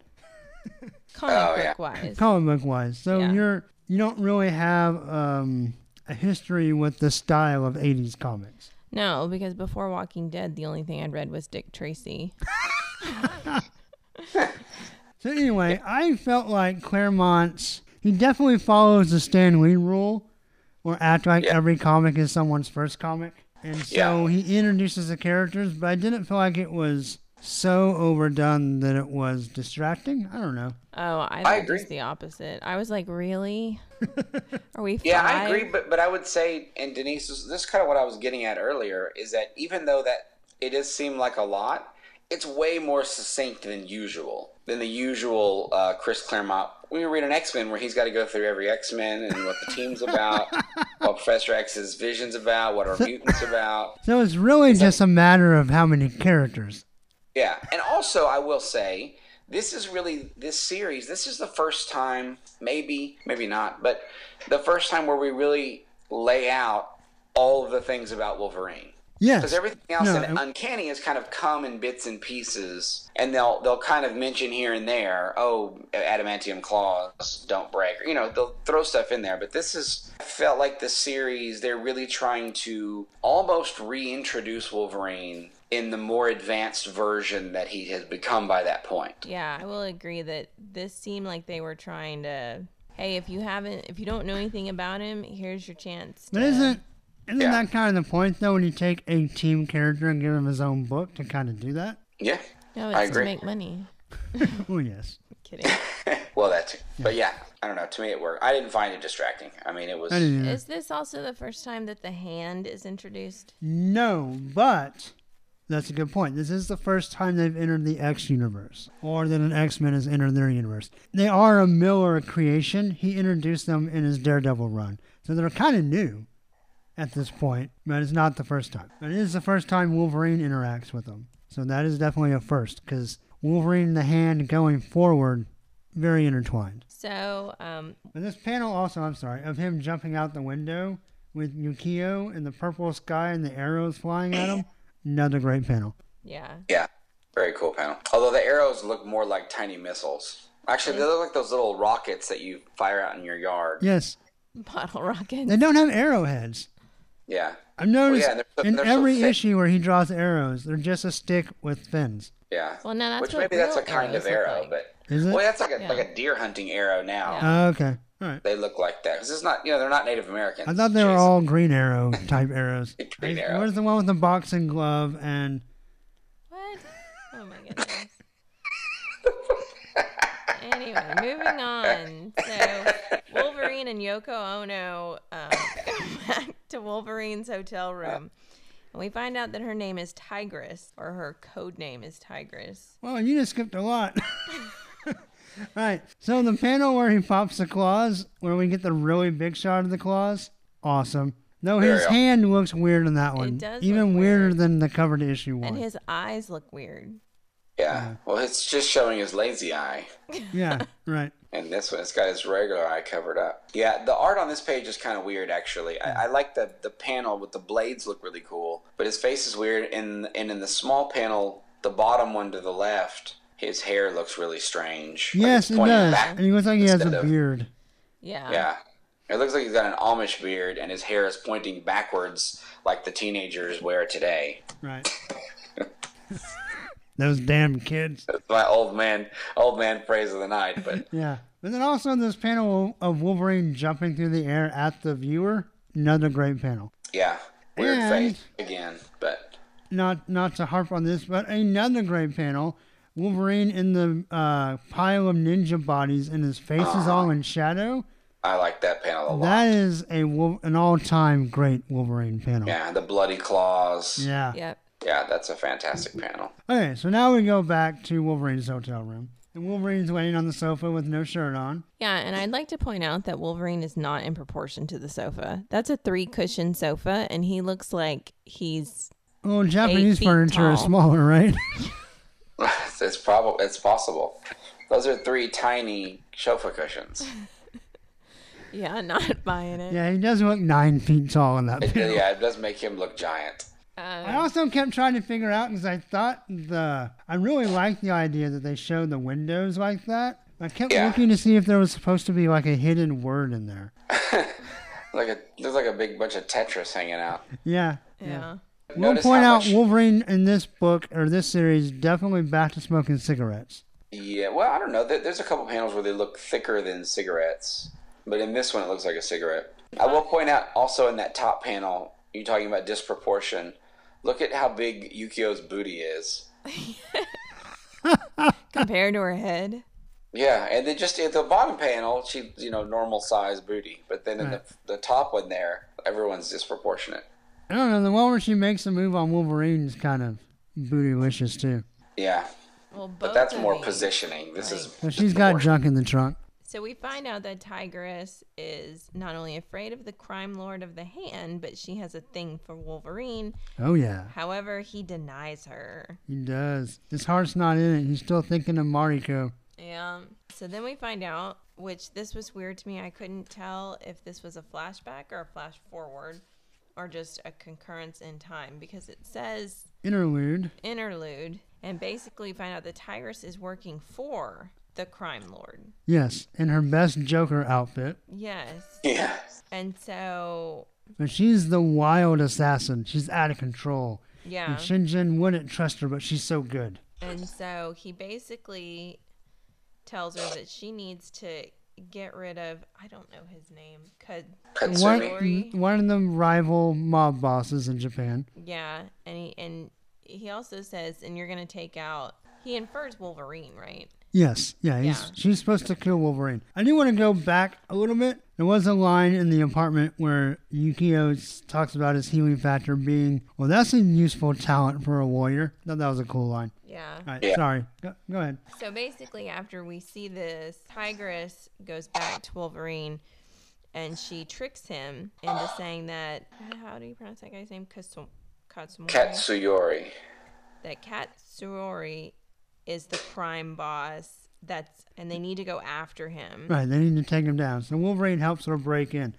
Comic
Oh,
book
yeah.
wise.
comic book wise. So
Yeah.
you're you don't really have um, a history with the style of '80s comics.
No, because before Walking Dead, the only thing I'd read was Dick Tracy.
So anyway, I felt like Claremont's he definitely follows the Stan Lee rule, or act like
Yeah.
every comic is someone's first comic, and so he introduces the characters. But I didn't feel like it was so overdone that it was distracting. I don't know.
Oh, I,
I
thought
agree.
just the opposite. I was like, really? Are we?
Yeah, I
five?
agree, but but I would say, and Denise, this, this is kind of what I was getting at earlier, is that even though that it does seem like a lot, it's way more succinct than usual, than the usual uh, Chris Claremont. We read an X Men where he's got to go through every X Men and what the team's about, what Professor X's vision's about, what our mutants about.
So it's really just a matter of how many characters.
Yeah, and also I will say this is really this series. This is the first time, maybe, maybe not, but the first time where we really lay out all of the things about Wolverine.
Yes.
Because everything else
No,
in
I-
Uncanny has kind of come in bits and pieces, and they'll they'll kind of mention here and there, oh, adamantium claws don't break, or, you know, they'll throw stuff in there. But this is I felt like the series they're really trying to almost reintroduce Wolverine in the more advanced version that he has become by that point.
Yeah, I will agree that this seemed like they were trying to. Hey, if you haven't, if you don't know anything about him, here's your chance.
But
to-"
isn't isn't
Yeah.
that kind of the point though? When you take a team character and give him his own book to kind of do that?
Yeah,
no,
I
it's to
agree.
make money.
Oh yes,
Kidding.
well, that's but yeah, I don't know. To me, it worked. I didn't find it distracting. I mean, it was
I didn't either.
Is this also the first time that the hand is introduced?
No, but that's a good point. This is the first time they've entered the X universe, or that an X Men has entered their universe. They are a Miller creation. He introduced them in his Daredevil run, so they're kind of new at this point. But it's not the first time. But it is the first time Wolverine interacts with them, so that is definitely a first because Wolverine and the Hand going forward, very intertwined.
So, um,
But this panel also, I'm sorry, of him jumping out the window with Yukio and the purple sky and the arrows flying at him. Another great panel.
yeah,
Yeah, very cool panel. Although the arrows look more like tiny missiles. Actually, they look like those little rockets that you fire out in your yard.
Yes,
bottle rocket.
they don't have arrowheads.
Yeah,
I've noticed
Oh, yeah, and they're so-
in
they're so
every
thick.
issue where he draws arrows, they're just a stick with fins.
yeah.
Well, no, that's
Which
what
maybe that's a
real
kind
arrows
of
look
arrow,
like.
but
Is it?
well, that's like a like
Yeah.
a deer hunting arrow now.
Yeah.
Oh, okay. All right.
They look like that because it's not you know they're not Native Americans.
I thought they were
Jason.
all green arrow type arrows.
Green
I-
arrow.
Where's the one with the boxing glove and
What? Oh my goodness. anyway, moving on. So, Wolverine and Yoko Ono um, go back to Wolverine's hotel room, And we find out that her name is Tigress, or her code name is Tigress.
Well, you just skipped a lot. All right. So the panel where he pops the claws, where we get the really big shot of the claws, awesome. Though his
Yeah.
hand looks weird in that one,
does
even
look
weirder
weird.
than the covered issue one.
And his eyes look weird.
Yeah. Well, it's just showing his lazy eye.
yeah, right.
And this one, it's got his regular eye covered up. Yeah, the art on this page is kind of weird, actually. I, I like the the panel with the blades look really cool, but his face is weird. And and in the small panel, the bottom one to the left, his hair looks really strange. Like
Yes,
it's
it
pointing
does.
back
And he looks like he has
instead
a
of-
beard.
Yeah.
Yeah, it looks like he's got an Amish beard, and his hair is pointing backwards like the teenagers wear today.
Right. Those damn kids.
That's my old man old man phrase of the night. But
Yeah. But then also this panel of Wolverine jumping through the air at the viewer. Another great panel.
yeah, weird
And-
face again. But
Not not to harp on this, but another great panel. Wolverine in the uh, pile of ninja bodies, and his face is all in shadow.
I like that panel a lot.
That is a Wol- an all time great Wolverine panel.
Yeah, the bloody claws. Yeah.
Yeah.
Yep.
that's a fantastic panel.
Okay, so now we go back to Wolverine's hotel room, and Wolverine's laying on the sofa with no shirt on.
Yeah, and I'd like to point out that Wolverine is not in proportion to the sofa. That's a three cushion sofa, and he looks like he's
Well, Japanese
feet
furniture is
tall.
smaller, right?
it's probably it's possible. Those are three tiny sofa cushions.
yeah, not buying it.
yeah, he does look nine feet tall in that
It,
picture.
yeah, it does make him look giant.
Um,
I also kept trying to figure out because I thought the I really liked the idea that they showed the windows like that. I kept
Yeah.
looking to see if there was supposed to be like a hidden word in there.
Like a there's like a big bunch of Tetris hanging out.
Yeah.
Yeah.
We'll
Notice
point
how
out
much-
Wolverine in this book or this series definitely back to smoking cigarettes.
Yeah, well, I don't know. There- There's a couple panels where they look thicker than cigarettes, but in this one, it looks like a cigarette. I will point out also in that top panel, you're talking about disproportion. Look at how big Yukio's booty is.
Compared to her head.
Yeah, and then just at the bottom panel, she you know normal size booty, but then in the, the top one there, everyone's disproportionate.
I don't know, the one where she makes a move on Wolverine's kind of bootylicious too.
Yeah,
Well, both
but that's
of
more
these.
positioning. This is
So she's got junk in the trunk.
So we find out that Tigress is not only afraid of the crime lord of the hand, but she has a thing for Wolverine.
Oh yeah.
However, he denies her.
He does. His heart's not in it. He's still thinking of Mariko.
Yeah. So then we find out, which this was weird to me. I couldn't tell if this was a flashback or a flash forward or just a concurrence in time because it says
Interlude.
interlude and basically find out that Tigress is working for the crime lord.
Yes, in her best Joker outfit.
Yes.
yeah,
And so,
But she's the wild assassin. She's out of control.
yeah.
And Shinjin wouldn't trust her, but she's so good.
And so he basically tells her that she needs to get rid of I don't know his name. Could
Katsumi.
Sorry.
One, one of the rival mob bosses in Japan.
yeah, and he and he also says and you're going to take out he infers Wolverine, right?
Yes, yeah, he's,
Yeah.
she's supposed to kill Wolverine. I do want to go back a little bit. There was a line in the apartment where Yukio s- talks about his healing factor being, well, that's a useful talent for a warrior. Thought that was a cool line.
Yeah.
All right,
Yeah.
sorry. Go, go ahead.
So basically after we see this, Tigress goes back to Wolverine and she tricks him into saying that how do you pronounce that guy's name? Katsum- Katsumori?
Katsuyori.
that Kat Sorori is the crime boss that's and they need to go after him.
Right, they need to take him down. So Wolverine helps her break in.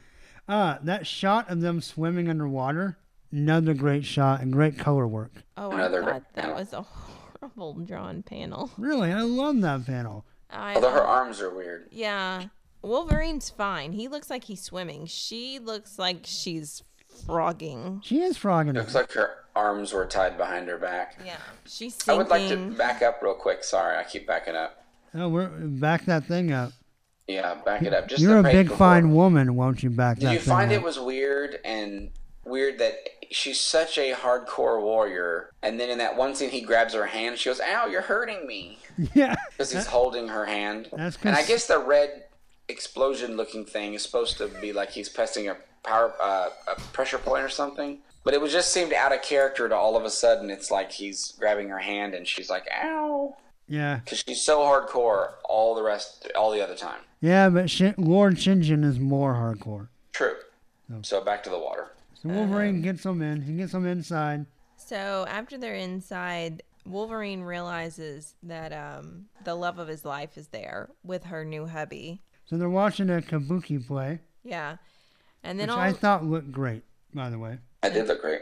Uh, that shot of them swimming underwater, another great shot and great color work.
Oh,
Another
I thought that
panel.
was a horrible drawn panel.
Really, I love that panel.
I,
Although her arms are weird.
yeah. Wolverine's fine. He looks like he's swimming. She looks like she's frogging.
She is frogging
Looks
it.
like her arms were tied behind her back.
Yeah. She's
I
sinking.
would like to back up real quick. Sorry, I keep backing up.
Oh, we're back that thing up.
Yeah, back it up. Just
You're
the
a
page
big
before.
fine woman, won't you? Back
Did
that
you
thing
find
up.
it was weird and weird that she's such a hardcore warrior, and then in that one scene he grabs her hand, she goes, "Ow, you're hurting me,"
yeah,
because he's holding her hand.
That's 'cause-
and I guess the red explosion-looking thing is supposed to be like he's pressing a power uh, a pressure point or something. But it was just seemed out of character to all of a sudden. It's like he's grabbing her hand and she's like, "Ow,"
Yeah.
because she's so hardcore all the rest, all the other time.
Yeah, but Shin- Lord Shinjin is more hardcore.
True.
Oh.
So back to the water.
So Wolverine gets him in. He gets him inside.
So after they're inside, Wolverine realizes that um, the love of his life is there with her new hubby.
So they're watching a kabuki play,
Yeah, and
which
then all
I thought looked great, by the way.
That did look great.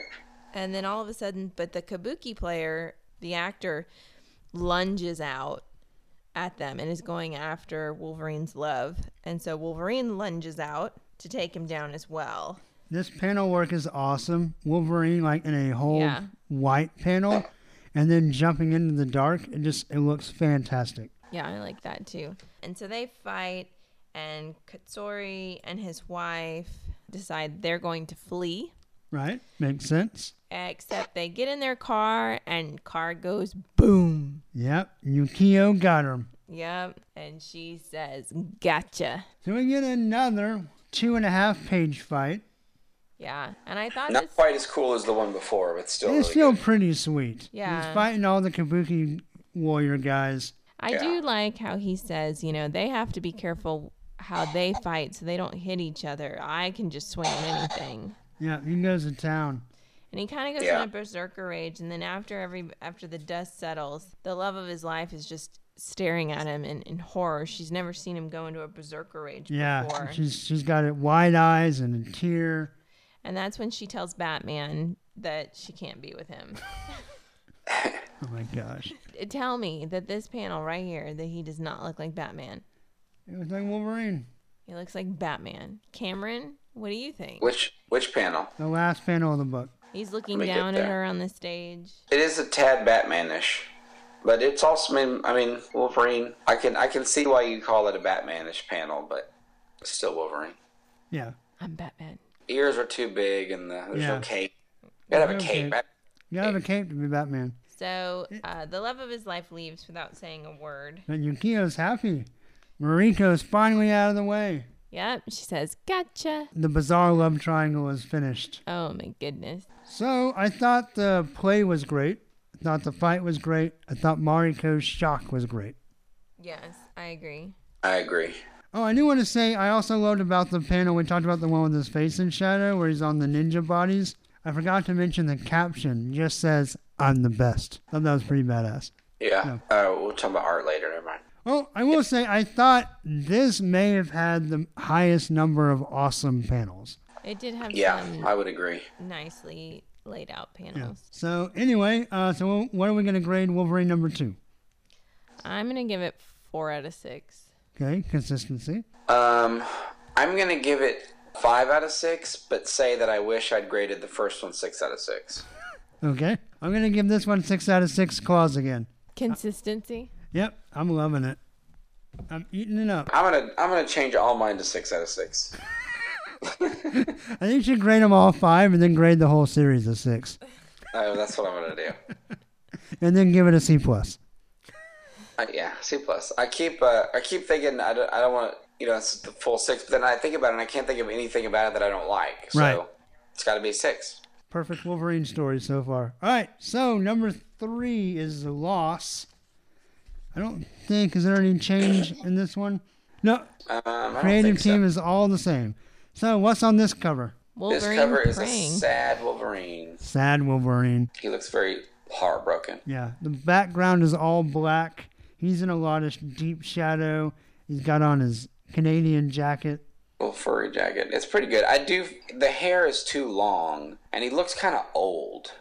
and then all of a sudden, but the kabuki player, the actor, lunges out at them and is going after Wolverine's love, and so Wolverine lunges out to take him down as well.
This panel work is awesome. Wolverine, like in a whole
Yeah.
white panel, and then jumping into the dark. It just it looks fantastic.
Yeah, I like that too. And so they fight, and Katsuri and his wife decide they're going to flee.
Right? Makes sense.
Except they get in their car, and car goes boom.
Yep. Yukio got him.
Yep. And she says, "Gotcha."
So we get another two and a half page fight.
Yeah. And I thought
Not
this.
quite as cool as the one before, but still.
It's
Really
still
good.
pretty sweet.
Yeah.
He's fighting all the kabuki warrior guys.
I do like how he says, you know, they have to be careful how they fight so they don't hit each other. I can just swing at anything.
Yeah, he goes to town.
And he kind of goes
Yeah.
on a berserker rage, and then after every after the dust settles, the love of his life is just staring at him in, in horror. She's never seen him go into a berserker rage
Yeah,
before.
she's she's got it wide eyes and a tear.
And that's when she tells Batman that she can't be with him.
Oh my gosh,
Tell me that this panel right here that he does not look like Batman.
it was like Wolverine.
He looks like Batman. Cameron, what do you think?
Which which panel?
The last panel of the book.
He's looking
Let me get
down at
there.
her on the stage.
It is a tad Batmanish, but it's also. I mean, I mean, Wolverine. I can I can see why you call it a Batmanish panel, but it's still Wolverine.
Yeah,
I'm Batman.
Ears are too big, and the, there's
Yeah.
no cape. You gotta have a
No
cape.
cape. you gotta have a cape to be Batman.
So uh, the love of his life leaves without saying a word.
But Yukio's happy. Mariko's finally out of the way.
Yep, she says, Gotcha.
The bizarre love triangle is finished.
Oh my goodness.
So I thought the play was great. I thought the fight was great. I thought Mariko's shock was great.
Yes, I agree.
I agree.
Oh, I do want to say I also loved about the panel. We talked about the one with his face in shadow where he's on the ninja bodies. I forgot to mention the caption just says, I'm the best. Thought that was pretty badass.
Yeah. Uh, we'll talk about art later. Never mind.
Oh, I will say I thought this may have had the highest number of awesome panels.
It did have
Yeah,
Mm.
some
I would agree.
nicely laid out panels.
So anyway, uh, so what are we gonna grade Wolverine number two?
I'm going to give it four out of six.
Okay, consistency.
Um, I'm gonna give it five out of six, but say that I wish I'd graded the first one six out of six.
Okay, I'm gonna give this one six out of six claws again.
Consistency?
Yep, I'm loving it. I'm eating it up.
I'm gonna I'm gonna change all mine to six out of six.
I think you should grade them all five and then grade the whole series a six.
Uh, that's what I'm gonna do.
and then give it a C plus.
Uh, yeah, C plus. I keep uh, I keep thinking I don't I don't want you know it's the full six, but then I think about it and I can't think of anything about it that I don't like. So
Right.
it's got to be six.
Perfect Wolverine story so far. All right, so number three is the loss. I don't think is there any change in this one. No,
Um, I don't
creative
think so.
team is all the same. So what's on this cover?
Wolverine
this cover is
praying.
a sad Wolverine.
Sad Wolverine.
He looks very heartbroken.
Yeah, the background is all black. He's in a lot of sh- deep shadow. He's got on his Canadian jacket.
Little furry jacket. It's pretty good. I do. The hair is too long, and he looks kind of old.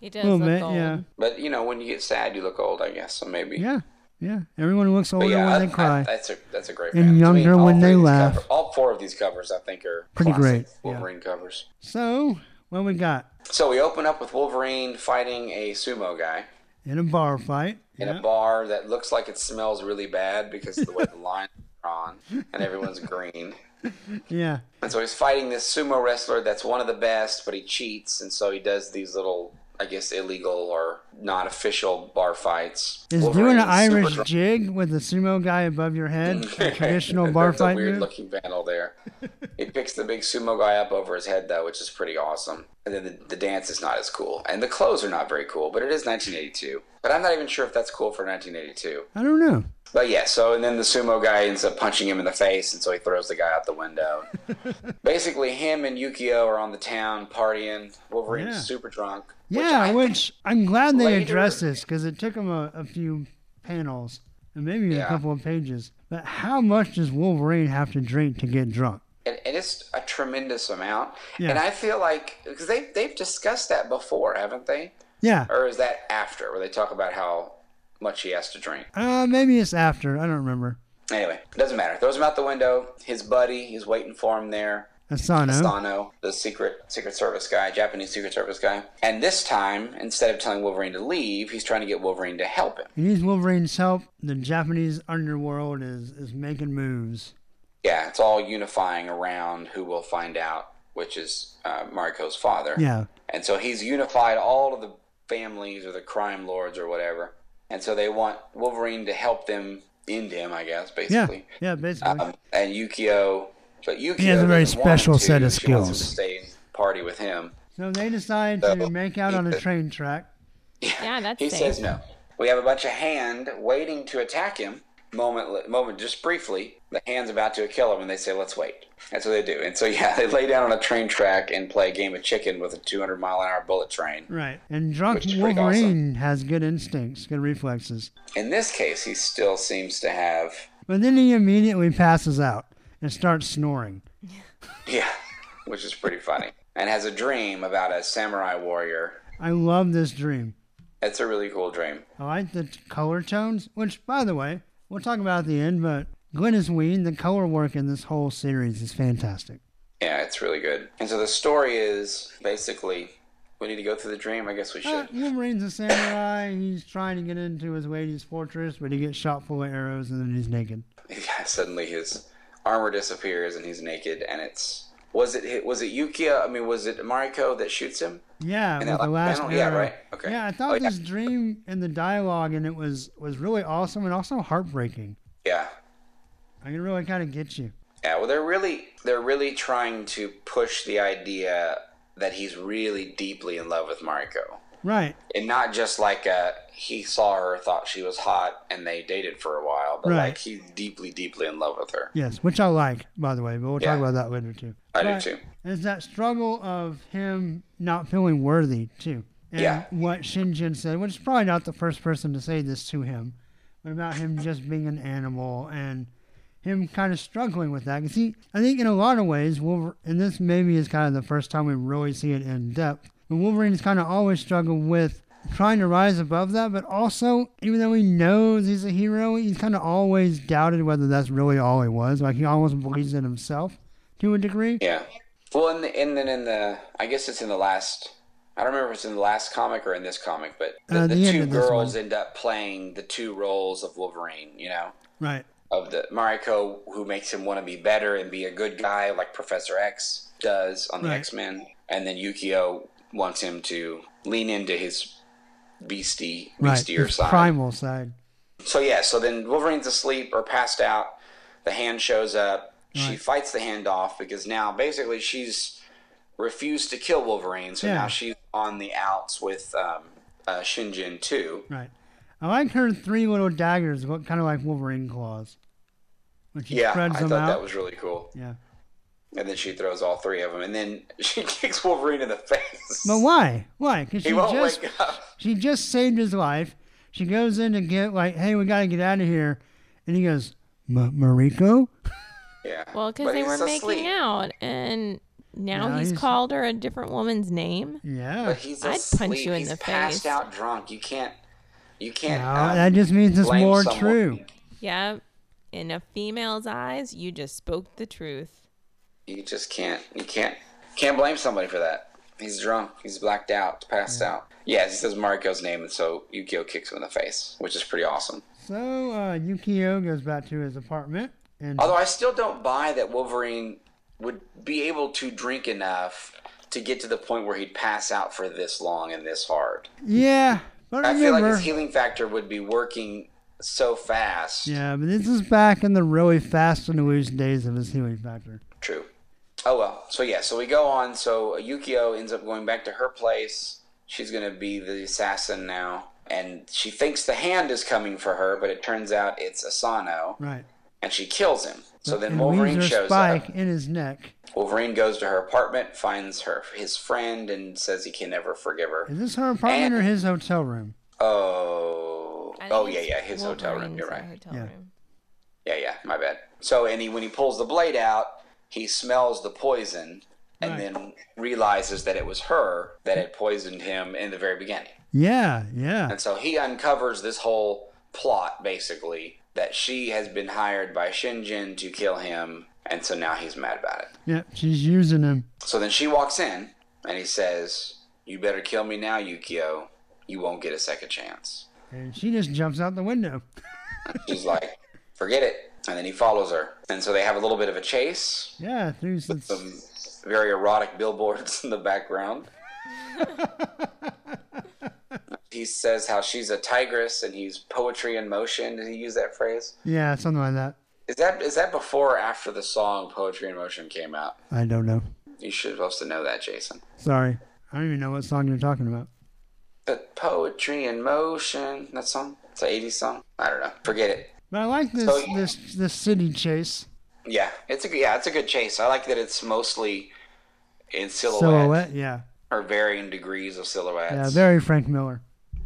he does
A little
look
bit,
old.
yeah,
But you know, when you get sad, you look old. I guess so. Maybe.
yeah, yeah. Everyone looks
But
older
yeah, I-
when
I-
they cry.
that's a that's a great.
And
band.
younger
all
when
three
they
of these
laugh.
cover- all four of these covers, I think, are
Pretty
classic
great, yeah.
Wolverine covers.
so what we got
So we open up with Wolverine fighting a sumo guy
in a bar fight?
in
Yeah.
a bar that looks like it smells really bad because of the way the lines are on and everyone's green.
yeah.
And so he's fighting this sumo wrestler that's one of the best, but he cheats, and so he does these little I guess, illegal or not official bar fights.
Is doing
Wolverine's
an Irish
super-
jig with a sumo guy above your head a traditional bar
That's a
fight
weird
move?
looking battle there. he picks the big sumo guy up over his head though, which is pretty awesome. And then the, the dance is not as cool, and the clothes are not very cool. But it is 1982. But I'm not even sure if that's cool for 1982.
I don't know.
But yeah, so and then the sumo guy ends up punching him in the face, and so he throws the guy out the window. Basically, him and Yukio are on the town partying. Wolverine's
Yeah.
super drunk. which
Yeah,
I-
which I'm glad they
later-
addressed this because it took them a, a few panels and maybe a
Yeah.
couple of pages. But how much does Wolverine have to drink to get drunk?
and, and it's a tremendous amount.
Yeah.
And I feel like because they they've discussed that before, haven't they?
Yeah,
Or is that after where they talk about how much he has to drink?
uh, maybe it's after. I don't remember.
Anyway, doesn't matter. Throws him out the window. His buddy is waiting for him there.
Asano.
Asano, the secret Secret Service guy, Japanese Secret Service guy. And this time, instead of telling Wolverine to leave, he's trying to get Wolverine to help him.
He needs Wolverine's help. The Japanese underworld is, is making moves.
Yeah, it's all unifying around who will find out, which is uh, Mariko's father.
Yeah.
And so he's unified all of the families or the crime lords or whatever. And so they want Wolverine to help them end him, I guess,
Yeah.
basically.
Yeah, basically.
Um, and Yukio, but Yukio
has a very
doesn't want him
special
to.
set of
She wants him to
skills.
stay and party with him.
so they decide to
so-
make out on a train track.
Yeah, that's
He
safe.
says no. We have a bunch of hand waiting to attack him. Moment, moment, just briefly. The hand's about to kill him, and they say, "Let's wait." That's what they do. And so, yeah, they lay down on a train track and play a game of chicken with a 200 mile an hour bullet train.
Right. And drunk
Which is pretty
Wolverine has good instincts, good reflexes.
In this case, he still seems to have,
But then he immediately passes out and starts snoring.
yeah, which is pretty funny, and has a dream about a samurai warrior.
I love this dream.
It's a really cool dream.
I like the t- color tones, which, by the way, we'll talk about at the end, but Glennis Ween, the color work in this whole series is fantastic.
Yeah, it's really good. And so the story is basically we need to go through the dream. I guess we should.
Uh, Wolverine's a samurai. He's trying to get into his lady's fortress, but he gets shot full of arrows and then he's naked.
yeah, suddenly his armor disappears and he's naked and it's was it was it Yukio? I mean, was it Mariko that shoots him?
Yeah,
And
with
that
the last
last
arrow.
panel? Yeah, right. Okay.
Yeah, I thought
Oh, yeah.
this dream and the dialogue and it was was really awesome and also heartbreaking.
Yeah.
I can really kind of get you.
Yeah, well they're really they're really trying to push the idea that he's really deeply in love with Mariko.
Right.
And not just like uh he saw her, thought she was hot, and they dated for a while, but
Right.
like he's deeply, deeply in love with her.
Yes, which I like, by the way, but we'll
Yeah.
talk about that later too.
I
But
do too.
It's that struggle of him not feeling worthy too. And
Yeah.
what Shinjin said, which is probably not the first person to say this to him, but about him just being an animal and him kind of struggling with that. Because he, I think in a lot of ways, Wolver- and this maybe is kind of the first time we really see it in depth, but Wolverine's kind of always struggled with trying to rise above that, but also, even though he knows he's a hero, he's kind of always doubted whether that's really all he was. Like he almost believes in himself to a degree.
Yeah. Well, in the, and then in the, I guess it's in the last. I don't remember if it's in the last comic or in this comic, but the,
Uh,
the,
the end
two
of this one.
girls end up playing the two roles of Wolverine. You know,
Right.
of the Mariko who makes him want to be better and be a good guy, like Professor X does on the
Right.
X Men, and then Yukio wants him to lean into his beastie, beastier
his
side.
primal side.
So yeah, so then Wolverine's asleep or passed out. The hand shows up. She
Right.
fights the hand off because now basically she's refused to kill Wolverine, so
Yeah.
now she's on the outs with um, uh, Shinjin too.
Right. I like her three little daggers, what kind of like Wolverine claws, when she
Yeah, I
spreads
thought
them out.
that was really cool.
yeah.
And then she throws all three of them, and then she kicks Wolverine in the face.
But why? Why? Because
he
she
won't
just
wake up.
she just saved his life. She goes in to get like, hey, we gotta get out of here, and he goes, "Ma- Mariko.
Yeah.
Well, because
But
they
he's
were
asleep.
making out, and now
Now
he's,
he's-
called her a different woman's name.
Yeah.
But he's
I'd punch
asleep.
you in
he's
the
passed
face.
out drunk. You can't. You can't.
No,
um,
Uh, that just means it's
blame
more
someone.
true.
Yeah, in a female's eyes, you just spoke the truth.
you just can't you can't can't blame somebody for that he's drunk he's blacked out passed out yeah he says marco's name and so yukio kicks him in the face which is pretty awesome
So uh, Yukio goes back to his apartment, and
although i still don't buy that wolverine would be able to drink enough to get to the point where he'd pass out for this long and this hard.
Yeah, but
I feel like
remember.
his healing factor would be working so fast.
yeah, but this is back in the really fast and loose days of his healing factor.
True. Oh well. So yeah. So we go on. So Yukio ends up going back to her place. She's gonna be the assassin now, and she thinks the hand is coming for her, but it turns out it's Asano,
Right.
and she kills him. So then
And
Wolverine
leaves her
shows
spike
up.
in his neck.
Wolverine goes to her apartment, finds her his friend, and says he can never forgive her.
Is this her apartment or
And-
his hotel room?
Oh.
I think
Oh yeah,
it's
yeah. His hotel room.
Wolverine's uh,
You're right.
Hotel
Yeah.
room.
Yeah, yeah, my bad. So, and he when he pulls the blade out, he smells the poison and
Right.
then realizes that it was her that had poisoned him in the very beginning.
Yeah, yeah.
And so he uncovers this whole plot basically that she has been hired by Shinjin to kill him, and so now he's mad about it.
Yep, she's using him.
So then she walks in and he says, "You better kill me now, Yukio. You won't get a second chance."
And she just jumps out the window.
She's like, "Forget it." And then he follows her. And so they have a little bit of a chase.
Yeah, through some,
some very erotic billboards in the background. he says how she's a tigress and he's poetry in motion. Did he use that phrase?
yeah, something like that.
Is that is that before or after the song Poetry in Motion came out?
I don't know.
You should supposed to know that, Jason.
Sorry. I don't even know what song you're talking about.
But Poetry in Motion, that song? It's an 80s song? I don't know. Forget it.
But I like this
So-
this this city chase
Yeah, it's a yeah, it's a good chase. I like that it's mostly in silhouette,
silhouette. Yeah,
or varying degrees of silhouettes.
yeah, very Frank Miller.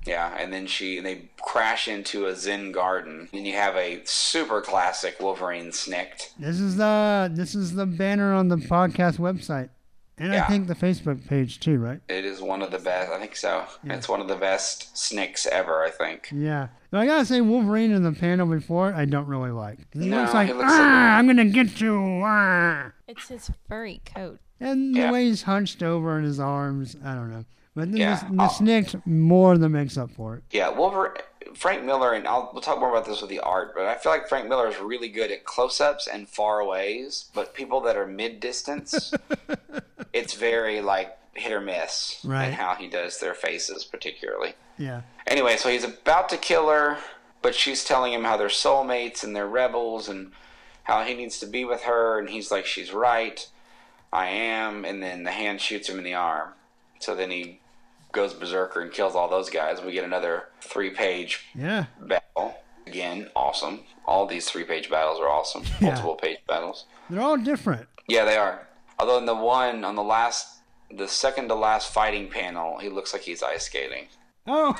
Yeah, and then she and they crash into a Zen garden, and you have a super classic Wolverine snicked.
This is the this is the banner on the podcast website, and I
Yeah.
think the Facebook page too, right?
It is one of the best. I think so. It's one of the best snicks ever. I think.
Yeah. Though I gotta say, Wolverine in the panel before, I don't really like. He
No,
looks like,
he looks
ah,
like-
I'm gonna get you. Ah.
It's his furry coat.
And
Yeah.
the way he's hunched over in his arms, I don't know. But then
Yeah.
the, the snicked more than makes up for it.
Yeah, Wolverine, Frank Miller, and I'll we'll talk more about this with the art, but I feel like Frank Miller is really good at close-ups and far-aways, but people that are mid-distance, it's very like hit or miss,
Right.
and how he does their faces particularly.
Yeah.
Anyway, so he's about to kill her, but she's telling him how they're soulmates and they're rebels and how he needs to be with her. And he's like, She's right. I am. And then the hand shoots him in the arm. So then he goes berserker and kills all those guys. We get another three page
Yeah.
battle. Again, awesome. All these three page battles are awesome, multiple page battles.
They're all different.
Yeah, they are. Although in the one on the last, the second to last fighting panel, he looks like he's ice skating.
Oh,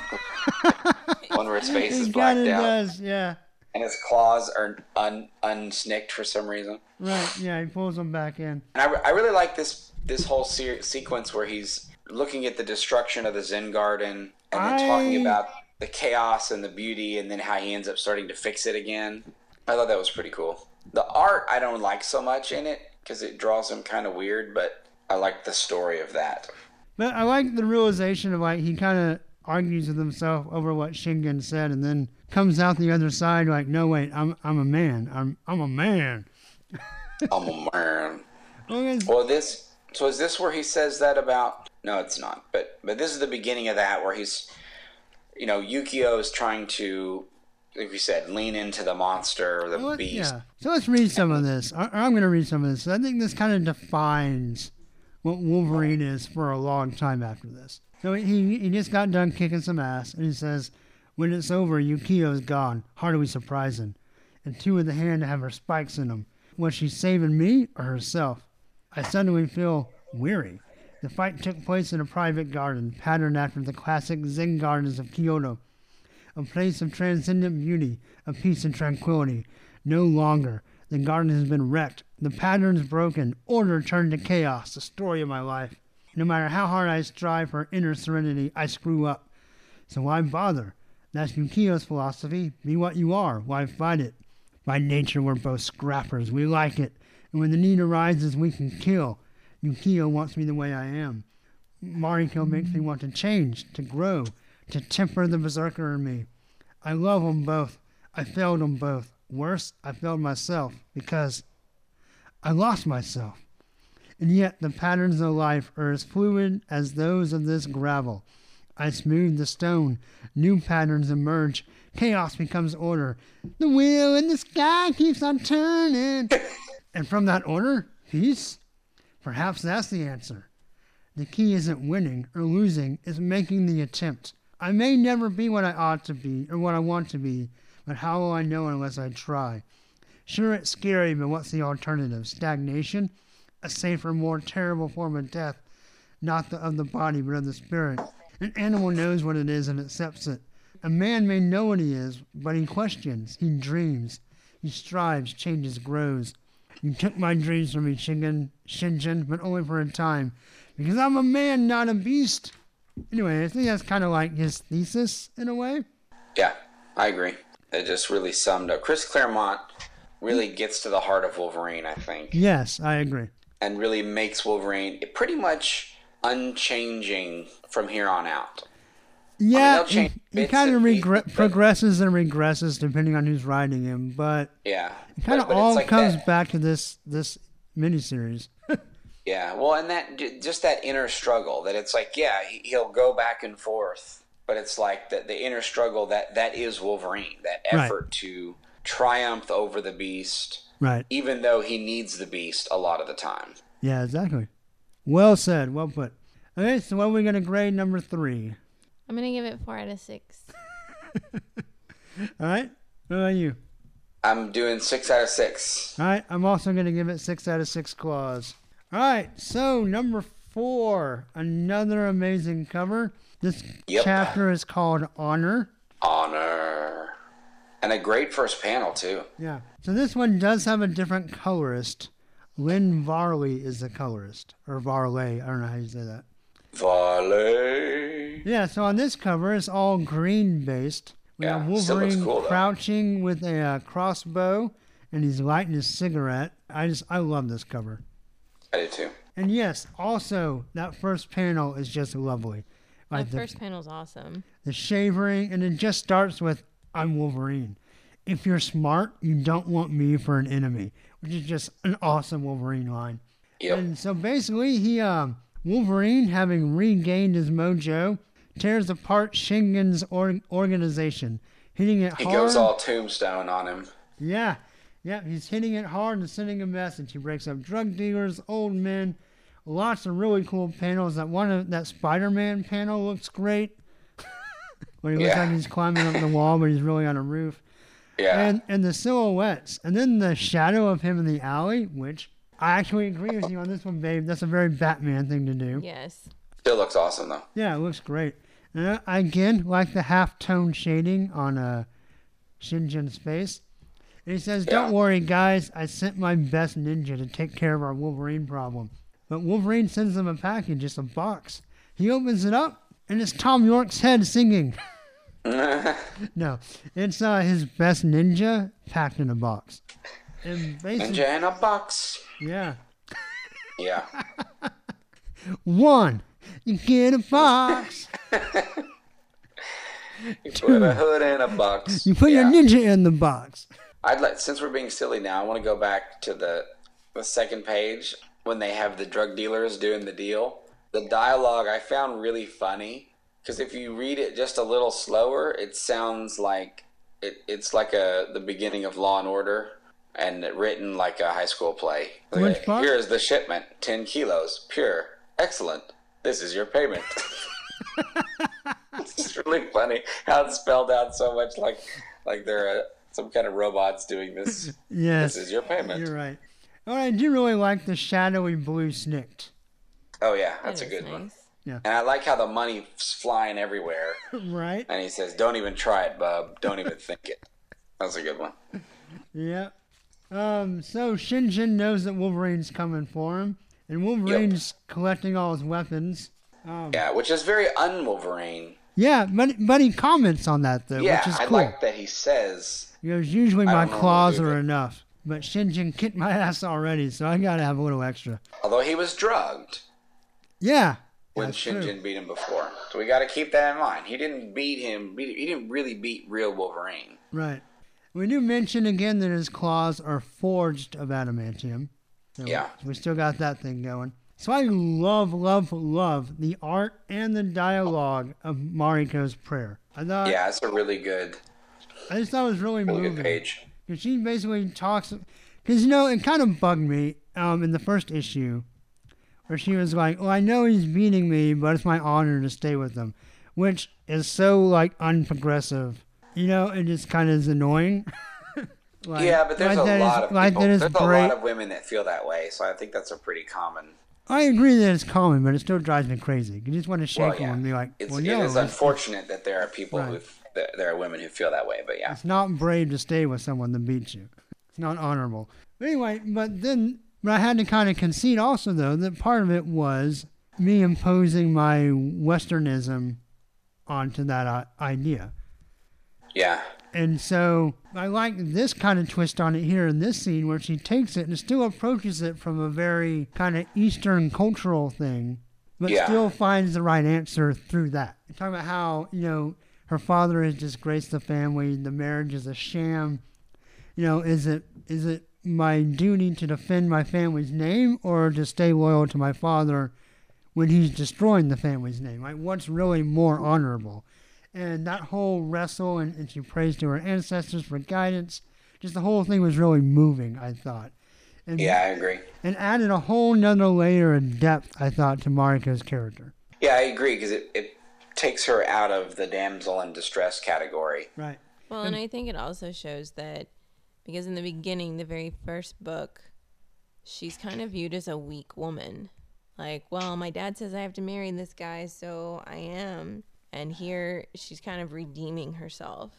One where his
he
face is blacked
kinda
out.
does. uh, Yeah.
and his claws are un, unsnicked for some reason.
Right. Yeah, he pulls them back in.
And I, re- I really like this this whole se- sequence where he's looking at the destruction of the Zen garden and then talking
I-
about the chaos and the beauty and then how he ends up starting to fix it again. I thought that was pretty cool. The art I don't like so much in it because it draws him kind of weird, but I like the story of that.
But I like the realization of like he kind of argues with himself over what Shingen said, and then comes out the other side like, no wait, I'm I'm a man. I'm I'm a man.
I'm a man.
Well, it's-
Well, this so is this where he says that about? No, it's not. But but this is the beginning of that where he's, you know, Yukio is trying to, like we said, lean into the monster or the
Well, let-
beast.
Yeah. So let's read some of this. I, I'm going to read some of this. I think this kind of defines what Wolverine is for a long time after this. So he, he just got done kicking some ass, and he says, When it's over, Yukio's gone. Hardly surprising. And two of the hand have her spikes in them. Was she saving me or herself? I suddenly feel weary. The fight took place in a private garden, patterned after the classic Zen gardens of Kyoto a place of transcendent beauty, of peace and tranquility. No longer. The garden has been wrecked, the patterns broken, order turned to chaos, the story of my life. No matter how hard I strive for inner serenity, I screw up. So why bother? That's Yukio's philosophy. Be what you are. Why fight it? By nature, we're both scrappers. We like it. And when the need arises, we can kill. Yukio wants me the way I am. Mariko makes me want to change, to grow, to temper the berserker in me. I love them both. I failed them both. Worse, I failed myself because I lost myself. and yet the patterns of life are as fluid as those of this gravel. I smooth the stone, new patterns emerge, chaos becomes order. The wheel in the sky keeps on turning. and from that order, peace? Perhaps that's the answer. The key isn't winning or losing, it's making the attempt. I may never be what I ought to be or what I want to be, but how will I know unless I try? Sure, it's scary, but what's the alternative? Stagnation? A safer, more terrible form of death, not the, of the body, but of the spirit. An animal knows what it is and accepts it. A man may know what he is, but he questions, he dreams, he strives, changes, grows. You took my dreams from me, Shingen, Shinjin, but only for a time, because I'm a man, not a beast. Anyway, I think that's kind of like his thesis in a way.
Yeah, I agree. That just really summed up. Chris Claremont really gets to the heart of Wolverine, I think,
Yes, I agree.
and really makes Wolverine pretty much unchanging from here on out.
Yeah,
they'll change
he,
bits
kind of
and pieces,
regre-
but-
progresses and regresses depending on who's riding him, but
Yeah,
it kind of
But- but it's
all
like
comes
that-
back to this this miniseries.
Yeah, well, and that j- just that inner struggle that it's like, yeah, he- he'll go back and forth, but it's like that the inner struggle that that is Wolverine, that
Right.
effort to triumph over the beast,
right.
even though he needs the beast a lot of the time.
Yeah, exactly. Well said. Well put. Okay, so what are we gonna grade number three?
I'm gonna give it four out of six.
All right. What about you?
I'm doing six out of six.
All right. I'm also gonna give it six out of six claws. All right. So number four, another amazing cover. This
Yep.
chapter is called Honor.
Honor, and a great first panel too.
Yeah. So this one does have a different colorist. Lynn Varley is the colorist, or Varley. I don't know how you say that.
Volley.
Yeah. So on this cover, it's all green based. We
Yeah,
have
still looks
Wolverine
cool, though.
crouching with a uh, crossbow, and he's lighting his cigarette. I just I love this cover.
I do too.
And yes, also that first panel is just lovely.
The
Like the,
first panel's awesome.
the shavering, and it just starts with "I'm Wolverine." If you're smart, you don't want me for an enemy, which is just an awesome Wolverine line.
Yep.
And so basically, he um, Wolverine, having regained his mojo, tears apart Shingen's or- organization, hitting it
He
hard.
goes all tombstone on him.
Yeah, yeah, he's hitting it hard and sending a message. He breaks up drug dealers, old men. Lots of really cool panels. That one, of, that Spider-Man panel looks great. Where he looks
Yeah.
like he's climbing up the wall, but he's really on a roof
Yeah.
and and the silhouettes, and then the shadow of him in the alley, which I actually agree with you on this one, babe. That's a very Batman thing to do. Yeah,
Yes.
Still looks awesome though.
it looks great. And uh, I- I again like the half tone shading on uh, Shinjin's face. And he says, "Don't
Yeah.
worry, guys. I sent my best ninja to take care of our Wolverine problem." But Wolverine sends them a package, just a box. He opens it up, and it's Tom York's head singing. No, it's uh, his best ninja packed in a box. And basically,
Ninja in a box.
yeah.
Yeah.
One, you get a box.
You put a hood in a box.
You put
yeah.
your ninja in the box.
I'd like since we're being silly now, I want to go back to the the second page when they have the drug dealers doing the deal. The dialogue I found really funny because if you read it just a little slower, it sounds like it, it's like a the beginning of Law and Order and written like a high school play.
Which
Like,
part?
Here is the shipment, ten kilos, pure, excellent. This is your payment. it's really funny how it's spelled out so much like like they're uh, some kind of robots doing this.
Yes,
This is your payment.
you're right. Oh, I do really like the shadowy blue snicked.
Oh yeah,
That
that's a
is
good one.
nice.
And I like how the money's flying everywhere,
Right?
and he says, "Don't even try it, bub. Don't even think it." That's a good one.
Yeah. Um, so Shinjin knows that Wolverine's coming for him, and Wolverine's collecting all his weapons. Um,
Yeah, which is very un-Wolverine.
Yeah, but, but he comments on that, though,
Yeah,
which is
I
cool.
like that he says,
He goes, usually my
don't normally
claws
do
are
that."
enough, but Shinjin kicked my ass already, so I gotta have a little extra.
although he was drugged
Yeah.
when
that's true.
Shinjin beat him before, so we got to keep that in mind. He didn't beat him. Beat, he didn't really beat real Wolverine.
Right. We do mention again that his claws are forged of adamantium. So
Yeah.
We still got that thing going. So I love, love, love the art and the dialogue of Mariko's prayer. I thought
Yeah, it's a really good,
I just thought it was really
really
moving.
good page.
Because she basically talks, because you know, it kind of bugged me um, in the first issue where she was like, Well, I know he's beating me, but it's my honor to stay with him, which is so like unprogressive. You know, it just kind of is annoying. Like,
yeah, but there's
like
a
that is-
lot of people.
like that is
there's a
break-
lot of women that feel that way, so I think that's a pretty common.
I agree that it's common, but it still drives me crazy. You just want to shake
Well,
them
yeah,
and be like,
it's,
well,
it
no,
is
it's,
unfortunate that there are people who
Right.
that there are women who feel that way, but yeah,
it's not brave to stay with someone that beats you. It's not honorable. But anyway, but then, but I had to kind of concede also, though, that part of it was me imposing my Westernism onto that i- idea.
yeah,
And so I like this kind of twist on it here in this scene where she takes it and still approaches it from a very kind of Eastern cultural thing, but
Yeah.
still finds the right answer through that. You're talking about how, you know, her father has disgraced the family, the marriage is a sham. You know, is it is it my duty to defend my family's name or to stay loyal to my father when he's destroying the family's name? Like what's really more honorable? and that whole wrestle and, and she prays to her ancestors for guidance just the whole thing was really moving i thought and,
yeah, I agree.
and added a whole nother layer of depth i thought to mariko's character
Yeah, I agree because it, it takes her out of the damsel in distress category.
right
Well, and I think it also shows that because in the beginning, the very first book, she's kind of viewed as a weak woman. Like, well, my dad says I have to marry this guy, so I am. And here she's kind of redeeming herself.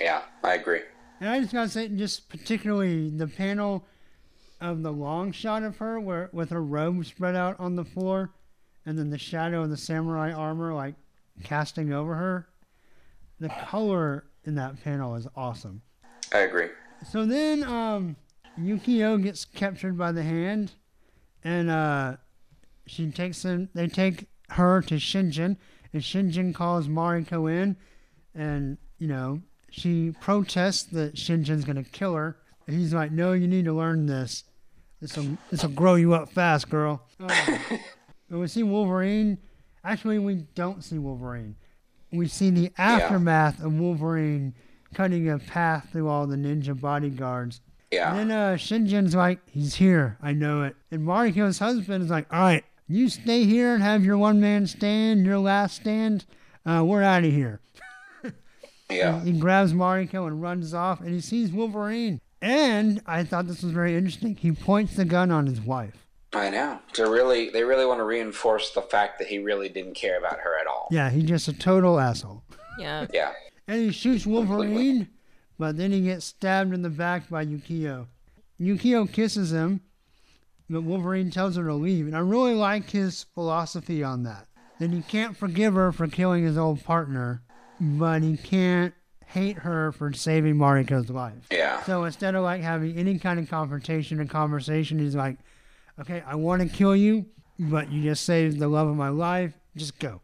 Yeah, I agree.
and i just gotta say just particularly the panel of the long shot of her where with her robe spread out on the floor and then the shadow of the samurai armor like casting over her the color in that panel is awesome
I agree.
So then um, Yukio gets captured by the hand, and uh, she takes him. They take her to Shinjin, and Shinjin calls Mariko in, and you know she protests that Shinjin's gonna kill her. And he's like, "No, you need to learn this. This will this will grow you up fast, girl." Uh, and we see Wolverine. Actually, we don't see Wolverine. We see the aftermath of Wolverine cutting a path through all the ninja bodyguards.
Yeah.
And then uh, Shinjin's like, he's here. I know it. And Mariko's husband is like, all right, you stay here and have your one man stand, your last stand. Uh, we're out of here.
yeah.
He grabs Mariko and runs off, and he sees Wolverine. And I thought this was very interesting. He points the gun on his wife.
I know. To really, they really want to reinforce the fact that he really didn't care about her at all.
Yeah, he's just a total asshole.
Yeah.
Yeah.
And he shoots Wolverine, but then he gets stabbed in the back by Yukio. Yukio kisses him, but Wolverine tells her to leave. And I really like his philosophy on that. Then he can't forgive her for killing his old partner, but he can't hate her for saving Mariko's life.
Yeah.
So instead of like having any kind of confrontation or conversation, he's like, okay, I want to kill you, but you just saved the love of my life. Just go.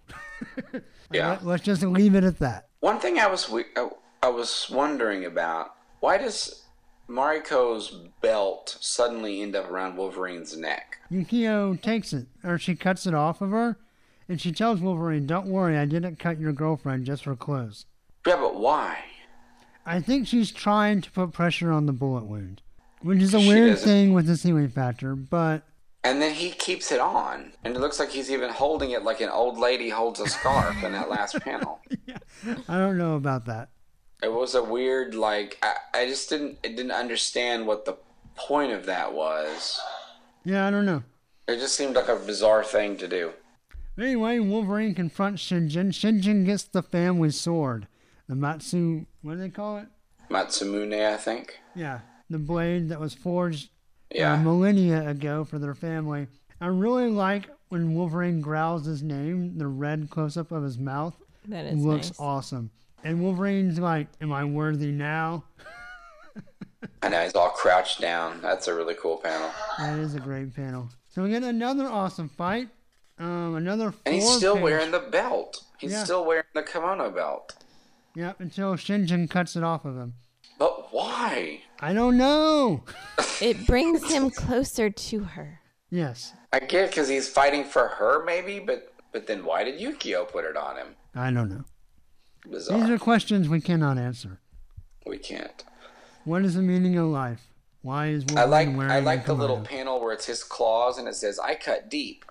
Like,
Yeah.
let- Let's just leave it at that.
One thing I was we- I- I was wondering about why does Mariko's belt suddenly end up around Wolverine's neck?
Yukio takes it, or she cuts it off of her, and she tells Wolverine, Don't worry, I didn't cut your girlfriend just for clothes.
Yeah, but why?
I think she's trying to put pressure on the bullet wound, which is a
She
weird
doesn't-
thing with the seaweed factor, but
And then he keeps it on, and it looks like he's even holding it like an old lady holds a scarf in that last panel.
I don't know about that.
It was a weird, like I, I just didn't I didn't understand what the point of that was.
Yeah, I don't know.
It just seemed like a bizarre thing to do.
Anyway, Wolverine confronts Shinjin. Shinjin gets the family sword, the Matsu, what do they call it?
Matsumune, I think.
Yeah, the blade that was forged uh,
Yeah.
millennia ago for their family. I really like when Wolverine growls his name, the red close up of his mouth
That is
looks
nice.
awesome. And Wolverine's like, Am I worthy now?
I know he's all crouched down. That's a really cool panel.
That is a great panel. So we get another awesome fight. Um, another four
And he's still
page-
wearing the belt. He's
Yeah.
still wearing the kimono belt.
Yep, until Shinjin cuts it off of him.
But why?
I don't know.
It brings him closer to her.
Yes,
I get because he's fighting for her, maybe, but but then why did Yukio put it on him?
I don't know.
Bizarre.
These are questions we cannot answer.
we can't.
What is the meaning of life? Why is Wolverine
I like
wearing
I like
a
the little
kimono?
panel where it's his claws and it says I cut deep,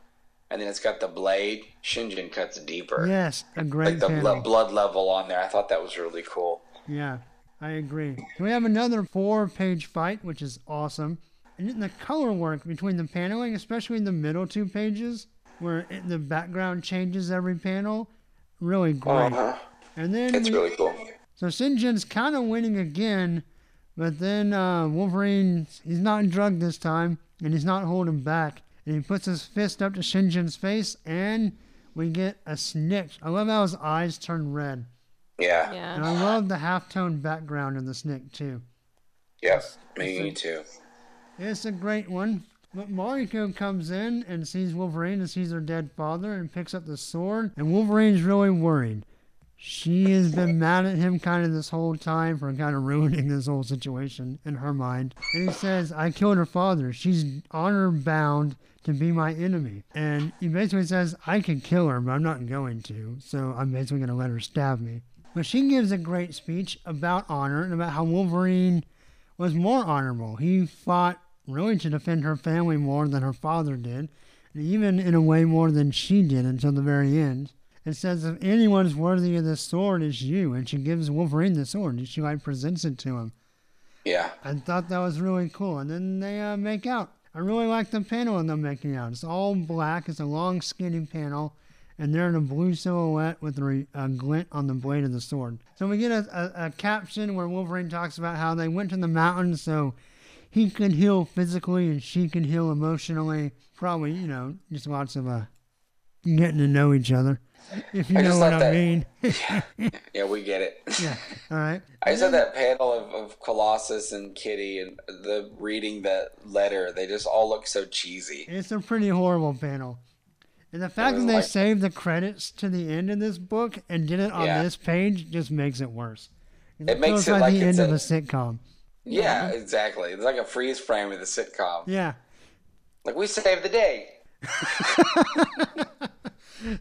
and then it's got the blade. Shinjin cuts deeper.
Yes, a
like
great
the
panel.
blo- blood level on there. I thought that was really cool.
Yeah, I agree. We have another four page fight, which is awesome. And then the color work between the paneling, especially in the middle two pages, where it, the background changes every panel, really great.
Uh-huh.
And then
It's
we,
really cool.
so Sinjin's kind of winning again, but then uh, Wolverine, he's not drugged this time, and he's not holding back. And he puts his fist up to Shinjin's face, and we get a snitch. I love how his eyes turn red.
Yeah. yeah.
And
Yeah.
I love the half tone background in the Snick too.
Me too.
It's a great one. But Mariko comes in and sees Wolverine and sees her dead father and picks up the sword. And Wolverine's really worried. She has been mad at him kind of this whole time for kind of ruining this whole situation in her mind. And he says, I killed her father. She's honor bound to be my enemy. And he basically says, I can kill her, but I'm not going to. So I'm basically going to let her stab me. But she gives a great speech about honor and about how Wolverine was more honorable. He fought really to defend her family more than her father did, and even in a way more than she did until the very end. It says, if anyone is worthy of this sword, it's you. And she gives Wolverine the sword, and she like presents it to him.
Yeah.
I thought that was really cool. And then they uh, make out. I really like the panel of them making out. It's all black. It's a long, skinny panel, and they're in a blue silhouette with a re- a glint on the blade of the sword. So we get a, a, a caption where Wolverine talks about how they went to the mountains so he could heal physically and she could heal emotionally. Probably, you know, just lots of uh, getting to know each other. If you
I
know
just
what
like
I
that-
mean.
Yeah, we get it.
yeah. All right.
I just had that panel of, of Colossus and Kitty and the reading that letter. They just all look so cheesy.
It's a pretty horrible panel. And the fact that
was
they
like-
saved the credits to the end of this book and did it on
Yeah.
this page just makes it worse. It,
makes
feels
it
like,
like
the end
it's
of a
a-
sitcom.
Yeah, exactly. It's like a freeze frame of the sitcom.
Mm-hmm. Yeah,
Like we saved the day.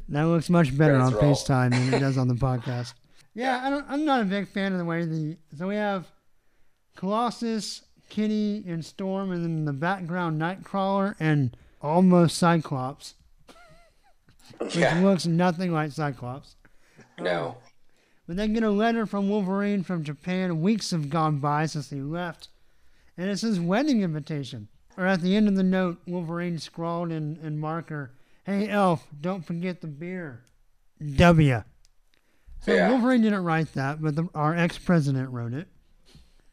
that looks much better on
Credits roll.
FaceTime than it does on the podcast. Yeah, I don't, I'm not a big fan of the way the so we have Colossus, Kitty, and Storm, and then in the background Nightcrawler and almost Cyclops, which
Yeah.
looks nothing like Cyclops.
No.
But they get a letter from Wolverine from Japan. Weeks have gone by since he left. And it's his wedding invitation. Or at the end of the note, Wolverine scrawled in, in marker, Hey, Elf, don't forget the beer. W. So
Yeah.
Wolverine didn't write that, but the, our ex president wrote it.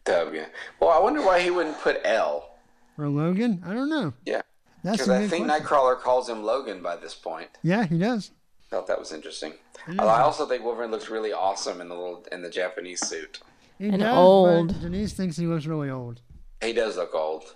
W. Well, I wonder why he wouldn't put L.
Or Logan? I don't know.
Yeah.
That's
Because
a
I
big
think
question.
Nightcrawler calls him Logan by this point.
Yeah, he does.
Thought that was interesting.
Mm.
Although I also think Wolverine looks really awesome in the little in the Japanese suit.
He
And
does, but
old.
Denise thinks he looks really old.
He does look old.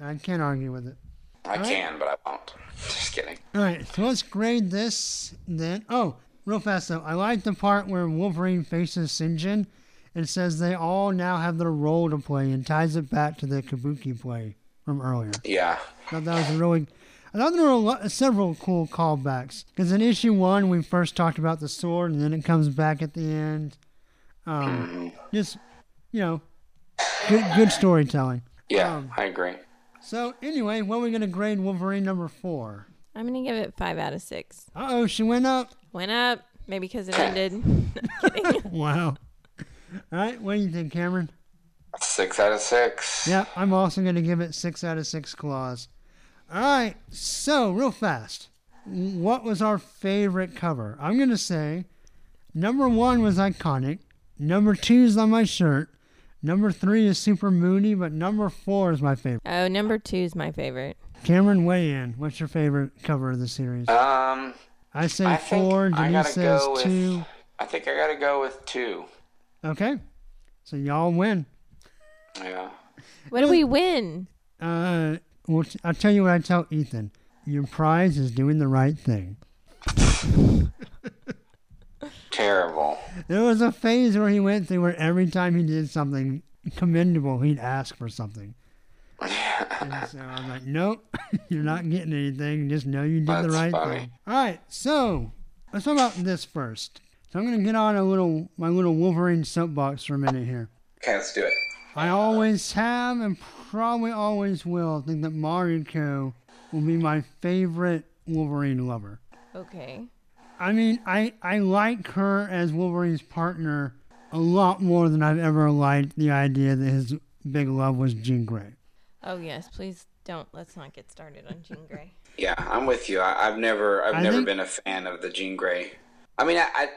I can't argue with it.
I can, but I won't. Just kidding.
All right, so let's grade this then. Oh, real fast though, I like the part where Wolverine faces Sinjin and says they all now have their role to play and ties it back to the Kabuki play from earlier.
Yeah.
I thought that was a really. I thought there were a lot, several cool callbacks because in issue one we first talked about the sword and then it comes back at the end. Um, just you know, good good storytelling.
Yeah,
Um,
I agree.
So anyway, what are we gonna grade Wolverine number four?
I'm gonna give it five out of six.
Uh oh, she went up.
Went up, maybe because it ended.
Wow. All right, what do you think, Cameron?
Six out of six.
Yeah, I'm also going to give it six out of six claws. All right, so real fast, what was our favorite cover? I'm going to say number one was iconic, number two is on my shirt, number three is super moody, but number four is my favorite.
oh, number two is my favorite.
Cameron, weigh in. What's your favorite cover of the series?
Um,
I say
I think
four,
I
Denise
gotta
says
go with.
two.
I think I gotta go with two.
Okay, so y'all win.
Yeah.
What do we
Mm.
win?
Uh, well, t- I'll tell you what I tell Ethan. Your prize is doing the right thing.
Terrible.
There was a phase where he went through where every time he did something commendable, he'd ask for something. And so I was like, nope, you're not getting anything. Just know you did the
That's
right
funny.
thing. All right, so let's talk about this first. So I'm gonna get on a little my little Wolverine soapbox for a minute here.
Okay, let's do it.
I always have and probably always will think that Mariko will be my favorite Wolverine lover.
Okay.
I mean, I, I like her as Wolverine's partner a lot more than I've ever liked the idea that his big love was Jean Grey.
Oh yes, please don't. Let's not get started on Jean Grey.
Yeah, I'm with you. I, I've never, I've
I
never
think-
been a fan of the Jean Grey. I mean, I, I,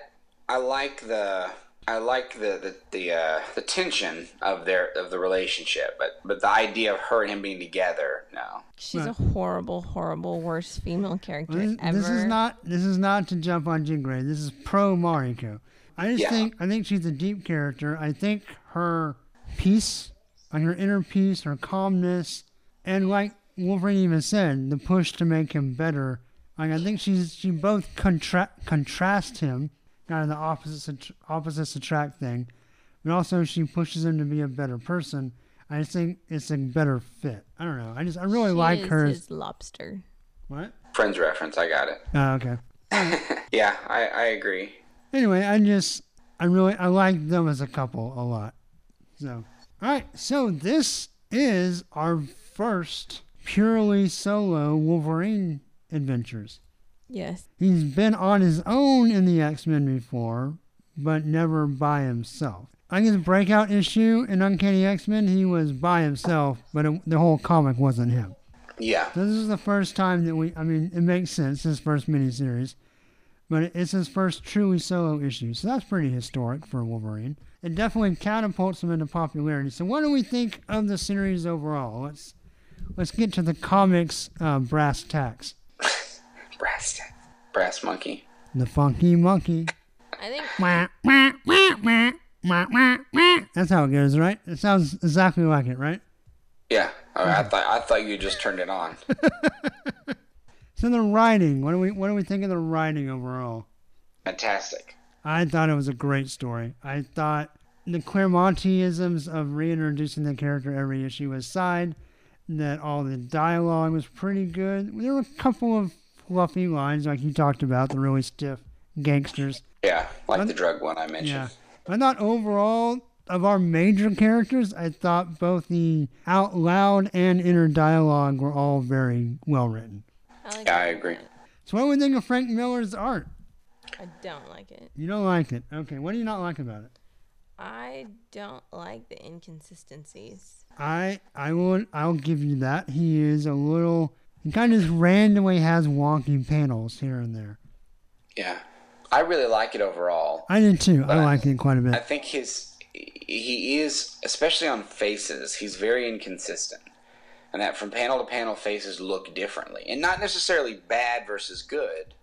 I like the, I like the the the, uh, the tension of their of the relationship, but but the idea of her and him being together, no.
She's
Right.
a horrible, horrible, worst female character
This,
ever.
this is not this is not to jump on Jean Grey. This is pro Mariko. I just
Yeah.
think I think she's a deep character. I think her peace, like her inner peace, her calmness, and like Wolverine even said, the push to make him better. Like I think she's she both contra- contrast him, kind of the opposites att- opposites attract thing, but also she pushes him to be a better person. I just think it's a better fit. I don't know. I just I really
She
like
is
her. as-
his lobster.
What?
Friends reference, I got it.
Oh, okay.
Yeah, I, I agree.
anyway, I just I really I like them as a couple a lot. So all right, so this is our first purely solo Wolverine adventures.
Yes.
He's been on his own in the X Men before, but never by himself. Like his breakout issue in Uncanny X Men, he was by himself, but it, the whole comic wasn't him.
Yeah,
So this is the first time that we. I mean, it makes sense. His first miniseries, but it- it's his first truly solo issue. So that's pretty historic for Wolverine. It definitely catapults him into popularity. So what do we think of the series overall? Let's let's get to the comics uh, brass tacks.
brass, brass monkey.
The Funky Monkey.
I think
Wah, wah, wah, wah, wah, wah, wah. That's how it goes, right? It sounds exactly like it, right?
Yeah, all right, I thought I thought you just turned it on.
So the writing. What do we what do we think of the writing overall?
Fantastic.
I thought it was a great story. I thought the Clermontisms of reintroducing the character every issue aside, that all the dialogue was pretty good. There were a couple of fluffy lines, like you talked about, the really stiff gangsters.
Yeah, like the drug one I mentioned.
Yeah. I thought overall, of our major characters, I thought both the out loud and inner dialogue were all very well written.
I like
Yeah, I
it.
agree.
So, what do we think of Frank Miller's art?
I don't like it.
You don't like it. Okay, what do you not like about it?
I don't like the inconsistencies.
I I will I'll give you that. He is a little he kind of just randomly has wonky panels here and there.
Yeah, I really like it overall.
I did too. I like it quite a
I
bit.
think his he is especially on faces. He's very inconsistent, and that from panel to panel, faces look differently, and not necessarily bad versus good.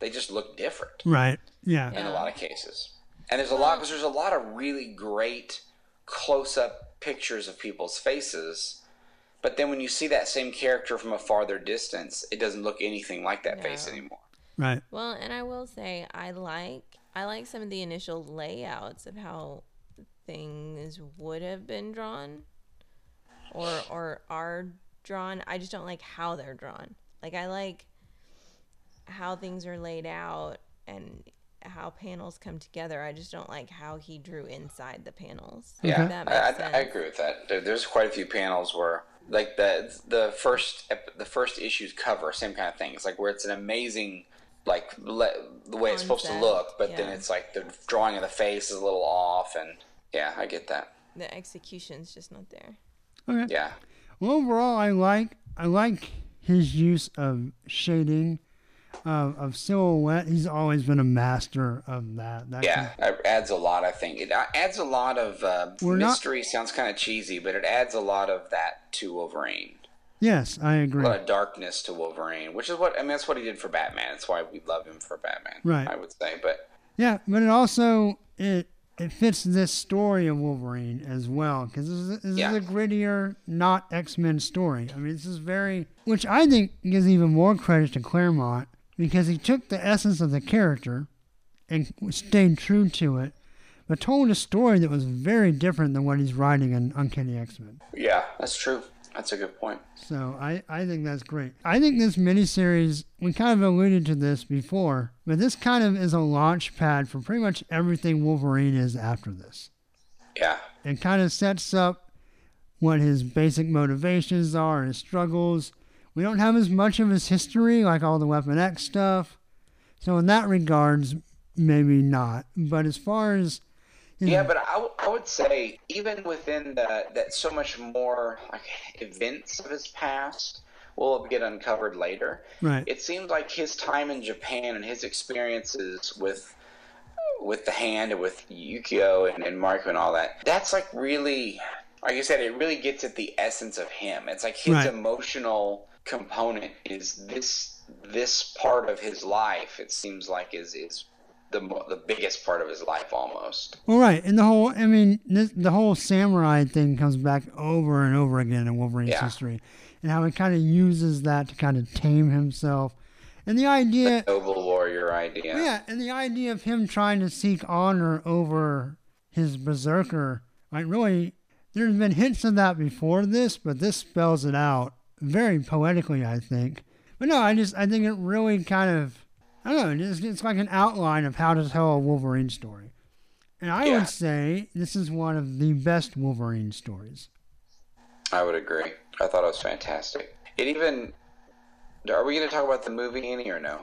They just look different
Right. Yeah.
in a lot of cases. And there's a lot because there's a lot of really great close-up pictures of people's faces, but then when you see that same character from a farther distance, it doesn't look anything like that face
No.
anymore.
Right.
Well, and I will say I like I like some of the initial layouts of how things would have been drawn or or are drawn. I just don't like how they're drawn. Like I like how things are laid out and how panels come together. I just don't like how he drew inside the panels.
Yeah,
If that
I, I,
makes sense.
I agree with that. There, there's quite a few panels where, like the the first ep- the first issue's cover, same kind of thing. It's like where it's an amazing, like le- the way it's supposed to
Concept,
look, but then
yeah.
it's like the drawing of the face is a little off, and yeah, I get that.
The execution's just not there.
Okay.
Yeah,
Well, overall, I like I like his use of shading, of of silhouette. He's always been a master of that. That
yeah, it adds a lot. I think it uh, adds a lot of uh,
We're not-
mystery. Sounds kind of cheesy, but it adds a lot of that to Wolverine.
yes, I agree.
A lot of darkness to Wolverine, which is what I mean. That's what he did for Batman. That's why we love him for Batman.
Right.
I would say, but
Yeah, but it also it it fits this story of Wolverine as well because this, is, this
Yeah.
is a grittier, not X Men story. I mean, this is very, which I think gives even more credit to Claremont because he took the essence of the character and stayed true to it, but told a story that was very different than what he's writing in Uncanny X Men.
Yeah, that's true. That's a good point.
So I, I think that's great. I think this miniseries, we kind of alluded to this before, but this kind of is a launch pad for pretty much everything Wolverine is after this.
Yeah.
It kind of sets up what his basic motivations are and his struggles. We don't have as much of his history, like all the Weapon X stuff. So in that regards, maybe not. But as far as you
Yeah,
know,
but I, w- I would say even within the that so much more like events of his past will get uncovered later.
Right.
It seems like his time in Japan and his experiences with with the hand and with Yukio and, and Marco and all that. That's like really like you said, it really gets at the essence of him. It's like his
Right.
emotional component is this this part of his life it seems like is is the mo- the biggest part of his life almost.
Well, right, and the whole, I mean, this, the whole samurai thing comes back over and over again in Wolverine's
Yeah.
history, and how he kind of uses that to kind of tame himself, and the idea,
noble warrior idea.
yeah, and the idea of him trying to seek honor over his berserker, like really, there's been hints of that before this, but this spells it out very poetically, I think. But no, I just, I think it really kind of, I don't know, it just, it's like an outline of how to tell a Wolverine story. And I
Yeah.
would say this is one of the best Wolverine stories.
I would agree. I thought it was fantastic. It even. Are we going to talk about the movie any or no?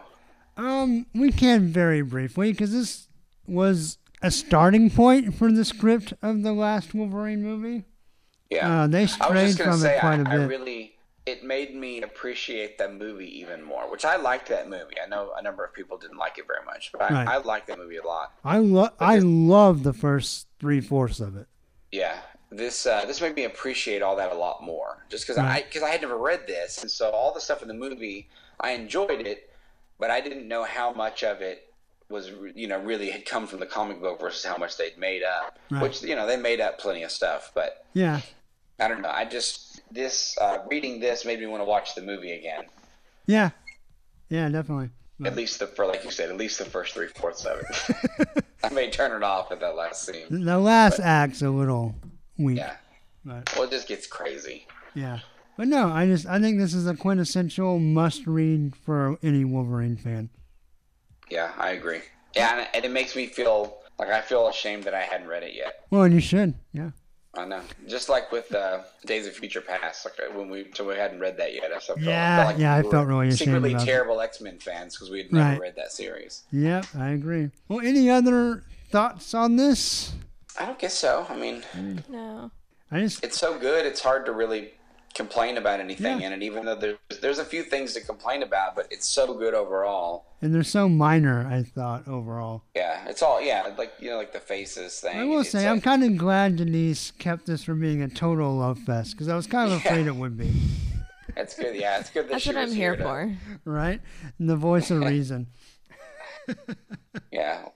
Um, we can very briefly because this was a starting point for the script of the last Wolverine movie.
Yeah.
Uh, they
I was
strayed
just going to
from
say,
it quite
I,
a bit.
I really. It made me appreciate that movie even more, which I liked that movie. I know a number of people didn't like it very much, but I,
Right.
I liked that movie a lot.
I love I love the first three fourths of it.
Yeah, this uh, this made me appreciate all that a lot more. Just because I
Right.
because I had never read this, and so all the stuff in the movie, I enjoyed it, but I didn't know how much of it was re- you know really had come from the comic book versus how much they'd made up.
Right.
Which you know they made up plenty of stuff, but
Yeah,
I don't know. I just this uh, reading this made me want to watch the movie again.
yeah, yeah, definitely.
At least the for like you said, at least the first three fourths of it. I may turn it off at that last scene.
The last act's a little weak.
Yeah.
Right.
Well, it just gets crazy.
yeah, but no, I just I think this is a quintessential must read for any Wolverine fan.
Yeah, I agree. Yeah, and, and it makes me feel like I feel ashamed that I hadn't read it yet.
Well, and you should. Yeah,
I know. Just like with uh, Days of Future Past, like uh, when we till we hadn't read that yet, I felt
Yeah,
felt like
yeah, I
we
felt
were
really ashamed
secretly
about it.
terrible X Men fans because we had never
Right.
read that series.
yep, I agree. Well, any other thoughts on this?
I don't guess so. I mean,
No.
I just
it's so good; it's hard to really complain about anything
Yeah.
in it. Even though there's there's a few things to complain about, but it's so good overall.
and they're so minor. I thought overall.
Yeah, it's all yeah, like you know, like the faces thing.
I will
It's
say,
like-
I'm kind of glad Denise kept this from being a total love fest because I was kind of afraid it would be,
it's good. Yeah, it's good that
That's
she
what I'm
was
here
to-
for.
right? And the voice of reason.
Yeah.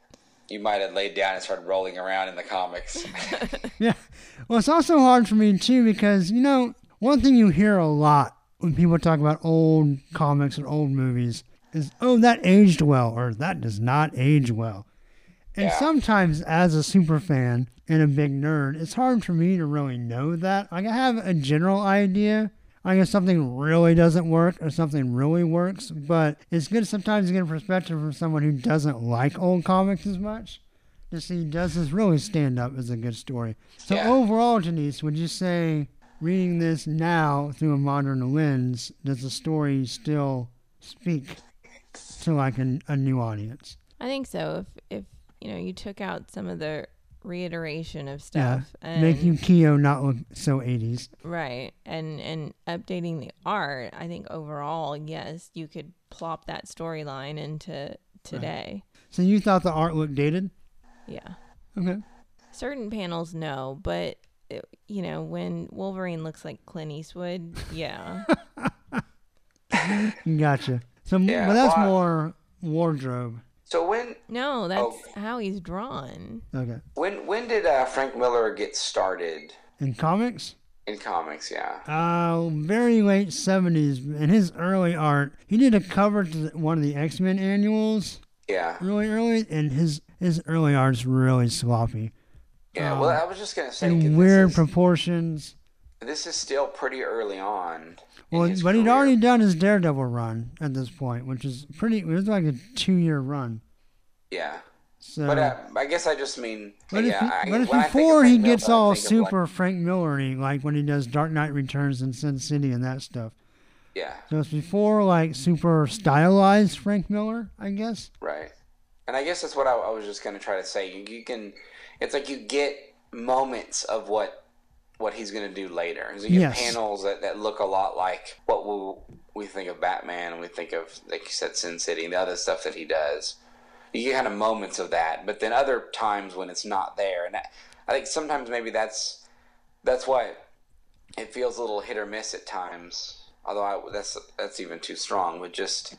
You might have laid down and started rolling around in the comics.
Yeah. Well, it's also hard for me too because you know one thing you hear a lot when people talk about old comics and old movies is, "Oh, that aged well," or "That does not age well." And
Yeah.
sometimes, as a super fan and a big nerd, it's hard for me to really know that. Like, I have a general idea. I guess something really doesn't work or something really works, but it's good sometimes to get a perspective from someone who doesn't like old comics as much to see does this really stand up as a good story. So
Yeah.
overall, Denise, would you say reading this now through a modern lens, does the story still speak to like an, a new audience?
I think so. If if you know, you took out some of the reiteration of
Yeah,
stuff and
making Keo not look so 80s.
right and and updating the art, I think overall, yes, you could plop that storyline into today.
So you thought the art looked dated?
Yeah.
Okay.
Certain panels no, but it, you know, when Wolverine looks like Clint Eastwood, yeah.
Gotcha. So m-
Yeah,
but that's
well, I-
more wardrobe.
so when
no, that's
Okay.
how he's drawn.
Okay.
when when did uh, Frank Miller get started
In comics?
in comics? Yeah.
Uh, very late 70s. In his early art, he did a cover to the- one of the X Men annuals
Yeah.
really early, and his, his early art's really sloppy.
Yeah. well, I was just going to say 'cause
Um, And
this
weird
is-
proportions.
This is still pretty early on. in
Well,
his
but he'd
career.
already done his Daredevil run at this point, which is pretty. It was like a two-year run.
Yeah.
So,
But uh, I guess I just mean.
but if,
yeah,
he,
I,
but if
when I think of
before he
Frank Miller,
gets
I
all
think of, like-
super Frank Millery, like when he does Dark Knight Returns and Sin City and that stuff.
yeah.
So it's before like super stylized Frank Miller, I guess.
Right. And I guess that's what I, I was just going to try to say. You, you can, it's like you get moments of what what he's going to do later. So you get
Yes.
panels that, that look a lot like what we, we think of Batman and we think of, like you said, Sin City and the other stuff that he does. You get kind of moments of that, but then other times when it's not there. And I, I think sometimes maybe that's that's why it feels a little hit or miss at times. Although I, that's that's even too strong, but just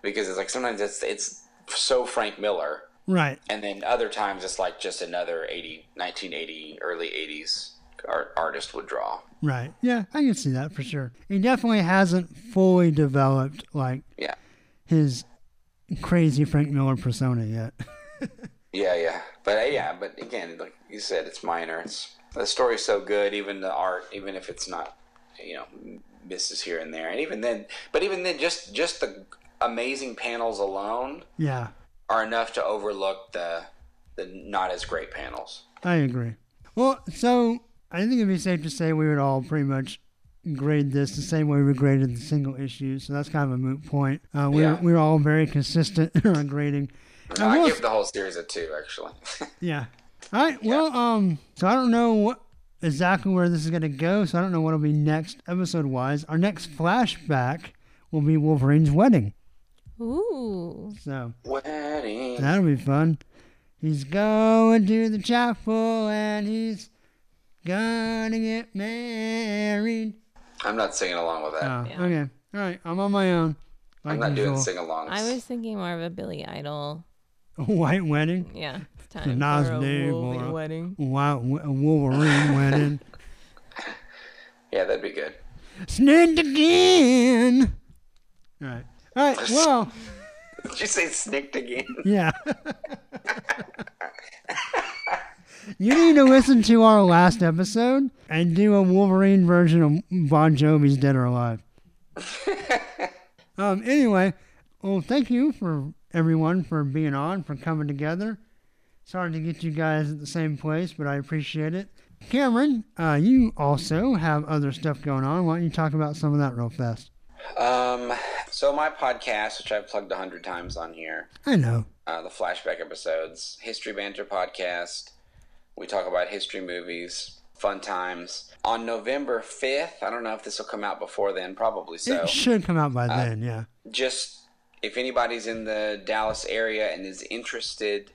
because it's like sometimes it's it's so Frank Miller,
Right.
and then other times it's like just another 80, 1980, early eighties art, artist would draw.
Right. Yeah, I can see that for sure. He definitely hasn't fully developed like
Yeah,
his crazy Frank Miller persona yet.
yeah, yeah. But uh, yeah, but again, like you said, it's minor. It's the story's so good, even the art, even if it's not, you know, misses here and there, and even then, but even then, just just the amazing panels alone
yeah,
are enough to overlook the the not as great panels.
I agree. Well, so I think it'd be safe to say we would all pretty much grade this the same way we graded the single issue. So that's kind of a moot point. Uh, we're
Yeah.
we're all very consistent in our grading. I
I
will-
give the whole series a two, actually.
Yeah. All right. Well, um, so I don't know what exactly where this is gonna go. So I don't know what'll be next episode wise. Our next flashback will be Wolverine's wedding.
Ooh.
So
Wedding.
that'll be fun. He's going to the chapel and he's gonna get married.
I'm not singing along with that.
Oh,
Yeah.
okay. All right. I'm on my own. Like
I'm not doing
usual.
sing alongs.
I was thinking more of a Billy Idol.
White wedding.
Yeah, it's time
Nas
for a
Day,
Wolverine
Laura.
wedding.
White Wolverine wedding.
Yeah, that'd be good.
Snit again. All right. All right. Well,
Did you say snicked again?
yeah. you need to listen to our last episode and do a Wolverine version of Bon Jovi's Dead or Alive. um. Anyway, well, thank you for everyone for being on for coming together. Sorry to get you guys at the same place, but I appreciate it. Cameron, uh, you also have other stuff going on. Why don't you talk about some of that real fast?
Um, so my podcast, which I've plugged a hundred times on here,
I know.
uh, the flashback episodes, History Banter podcast. We talk about history movies, fun times. On November 5th, I don't know if this will come out before then, probably so.
It should come out by then, yeah.
just if anybody's in the Dallas area and is interested,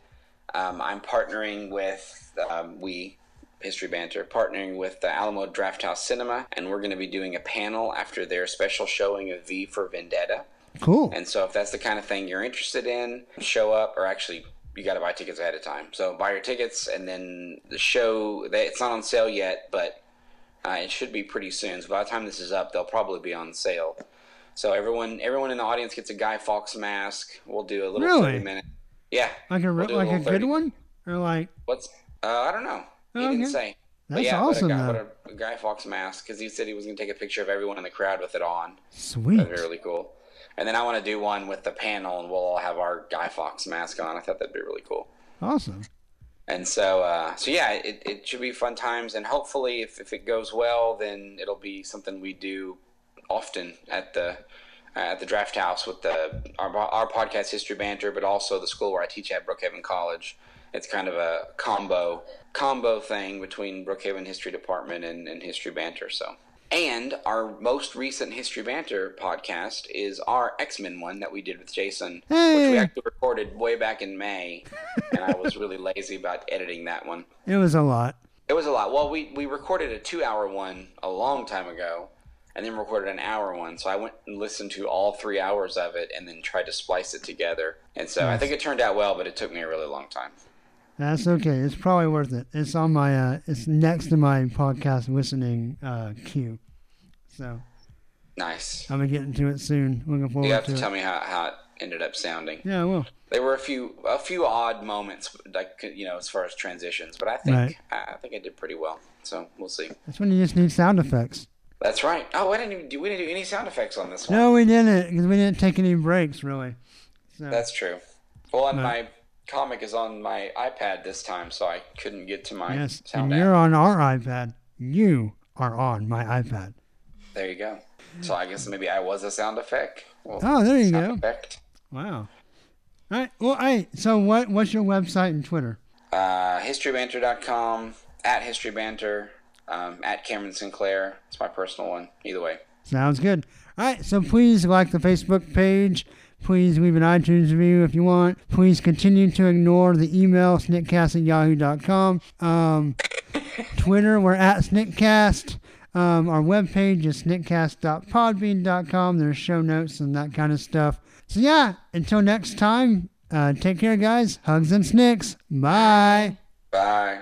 um, I'm partnering with um, we History Banter partnering with the Alamo Drafthouse Cinema, and we're going to be doing a panel after their special showing of V for Vendetta.
Cool.
And so, if that's the kind of thing you're interested in, show up, or actually, you got to buy tickets ahead of time. So, buy your tickets, and then the show, they, it's not on sale yet, but uh, it should be pretty soon. So, by the time this is up, they'll probably be on sale. So, everyone everyone in the audience gets a Guy Fawkes mask. We'll do a little
Really?
30 minute. Yeah.
Like a
we'll
re-
do
like a
little
good
30
one, or like
What's, uh, I don't know. He didn't
Okay.
say. But
Oh, that's
yeah, but
awesome
a guy,
though.
but a Guy Fawkes mask, because he said he was going to take a picture of everyone in the crowd with it on.
Sweet.
That'd be really cool. And then I want to do one with the panel, and we'll all have our Guy Fox mask on. I thought that'd be really cool.
Awesome.
And so, uh, so yeah, it, it should be fun times. And hopefully, if, if it goes well, then it'll be something we do often at the uh, at the draft house with the our, our podcast history banter, but also the school where I teach at Brookhaven College. It's kind of a combo combo thing between Brookhaven History Department and, and History Banter. So, and our most recent History Banter podcast is our X Men one that we did with Jason, which
Hey.
we actually recorded way back in May, and I was really lazy about editing that one.
It was a lot.
It was a lot. Well, we, we recorded a two hour one a long time ago and then recorded an hour one. So I went and listened to all three hours of it and then tried to splice it together. And so I think it turned out well, but it took me a really long time.
That's okay. It's probably worth it. It's on my. Uh, it's next to my podcast listening uh, queue, so
Nice.
I'm gonna get into it soon. Looking forward
You have
to
to
it.
tell me how, how ended up sounding.
Yeah, well,
There were a few a few odd moments, like you know, as far as transitions, but I think
Right.
I I think I did pretty well. So we'll see.
that's when you just need sound effects.
That's right. Oh, I didn't even do. We didn't do any sound effects on this one.
No, we didn't because we didn't take any breaks really. So
That's true. Well,
Uh,
and my comic is on my iPad this time, so I couldn't get to my
yes,
sound
and
app.
you're on our iPad. You are on my iPad.
There you go. So I guess maybe I was a sound effect. Well,
Oh, there you
sound
go.
effect.
Wow. All right. Well, hey. So what? What's your website and Twitter?
Uh, historybanter.com, at historybanter, um, at Cameron Sinclair. It's my personal one. Either way.
Sounds good. All right, so please like the Facebook page. Please leave an iTunes review if you want. Please continue to ignore the email, snickcast at yahoo.com. Um, Twitter, we're at snickcast. Um, our webpage is snickcast.podbean.com. There's show notes and that kind of stuff. So, yeah, until next time, uh, take care, guys. Hugs and snicks. Bye.
Bye.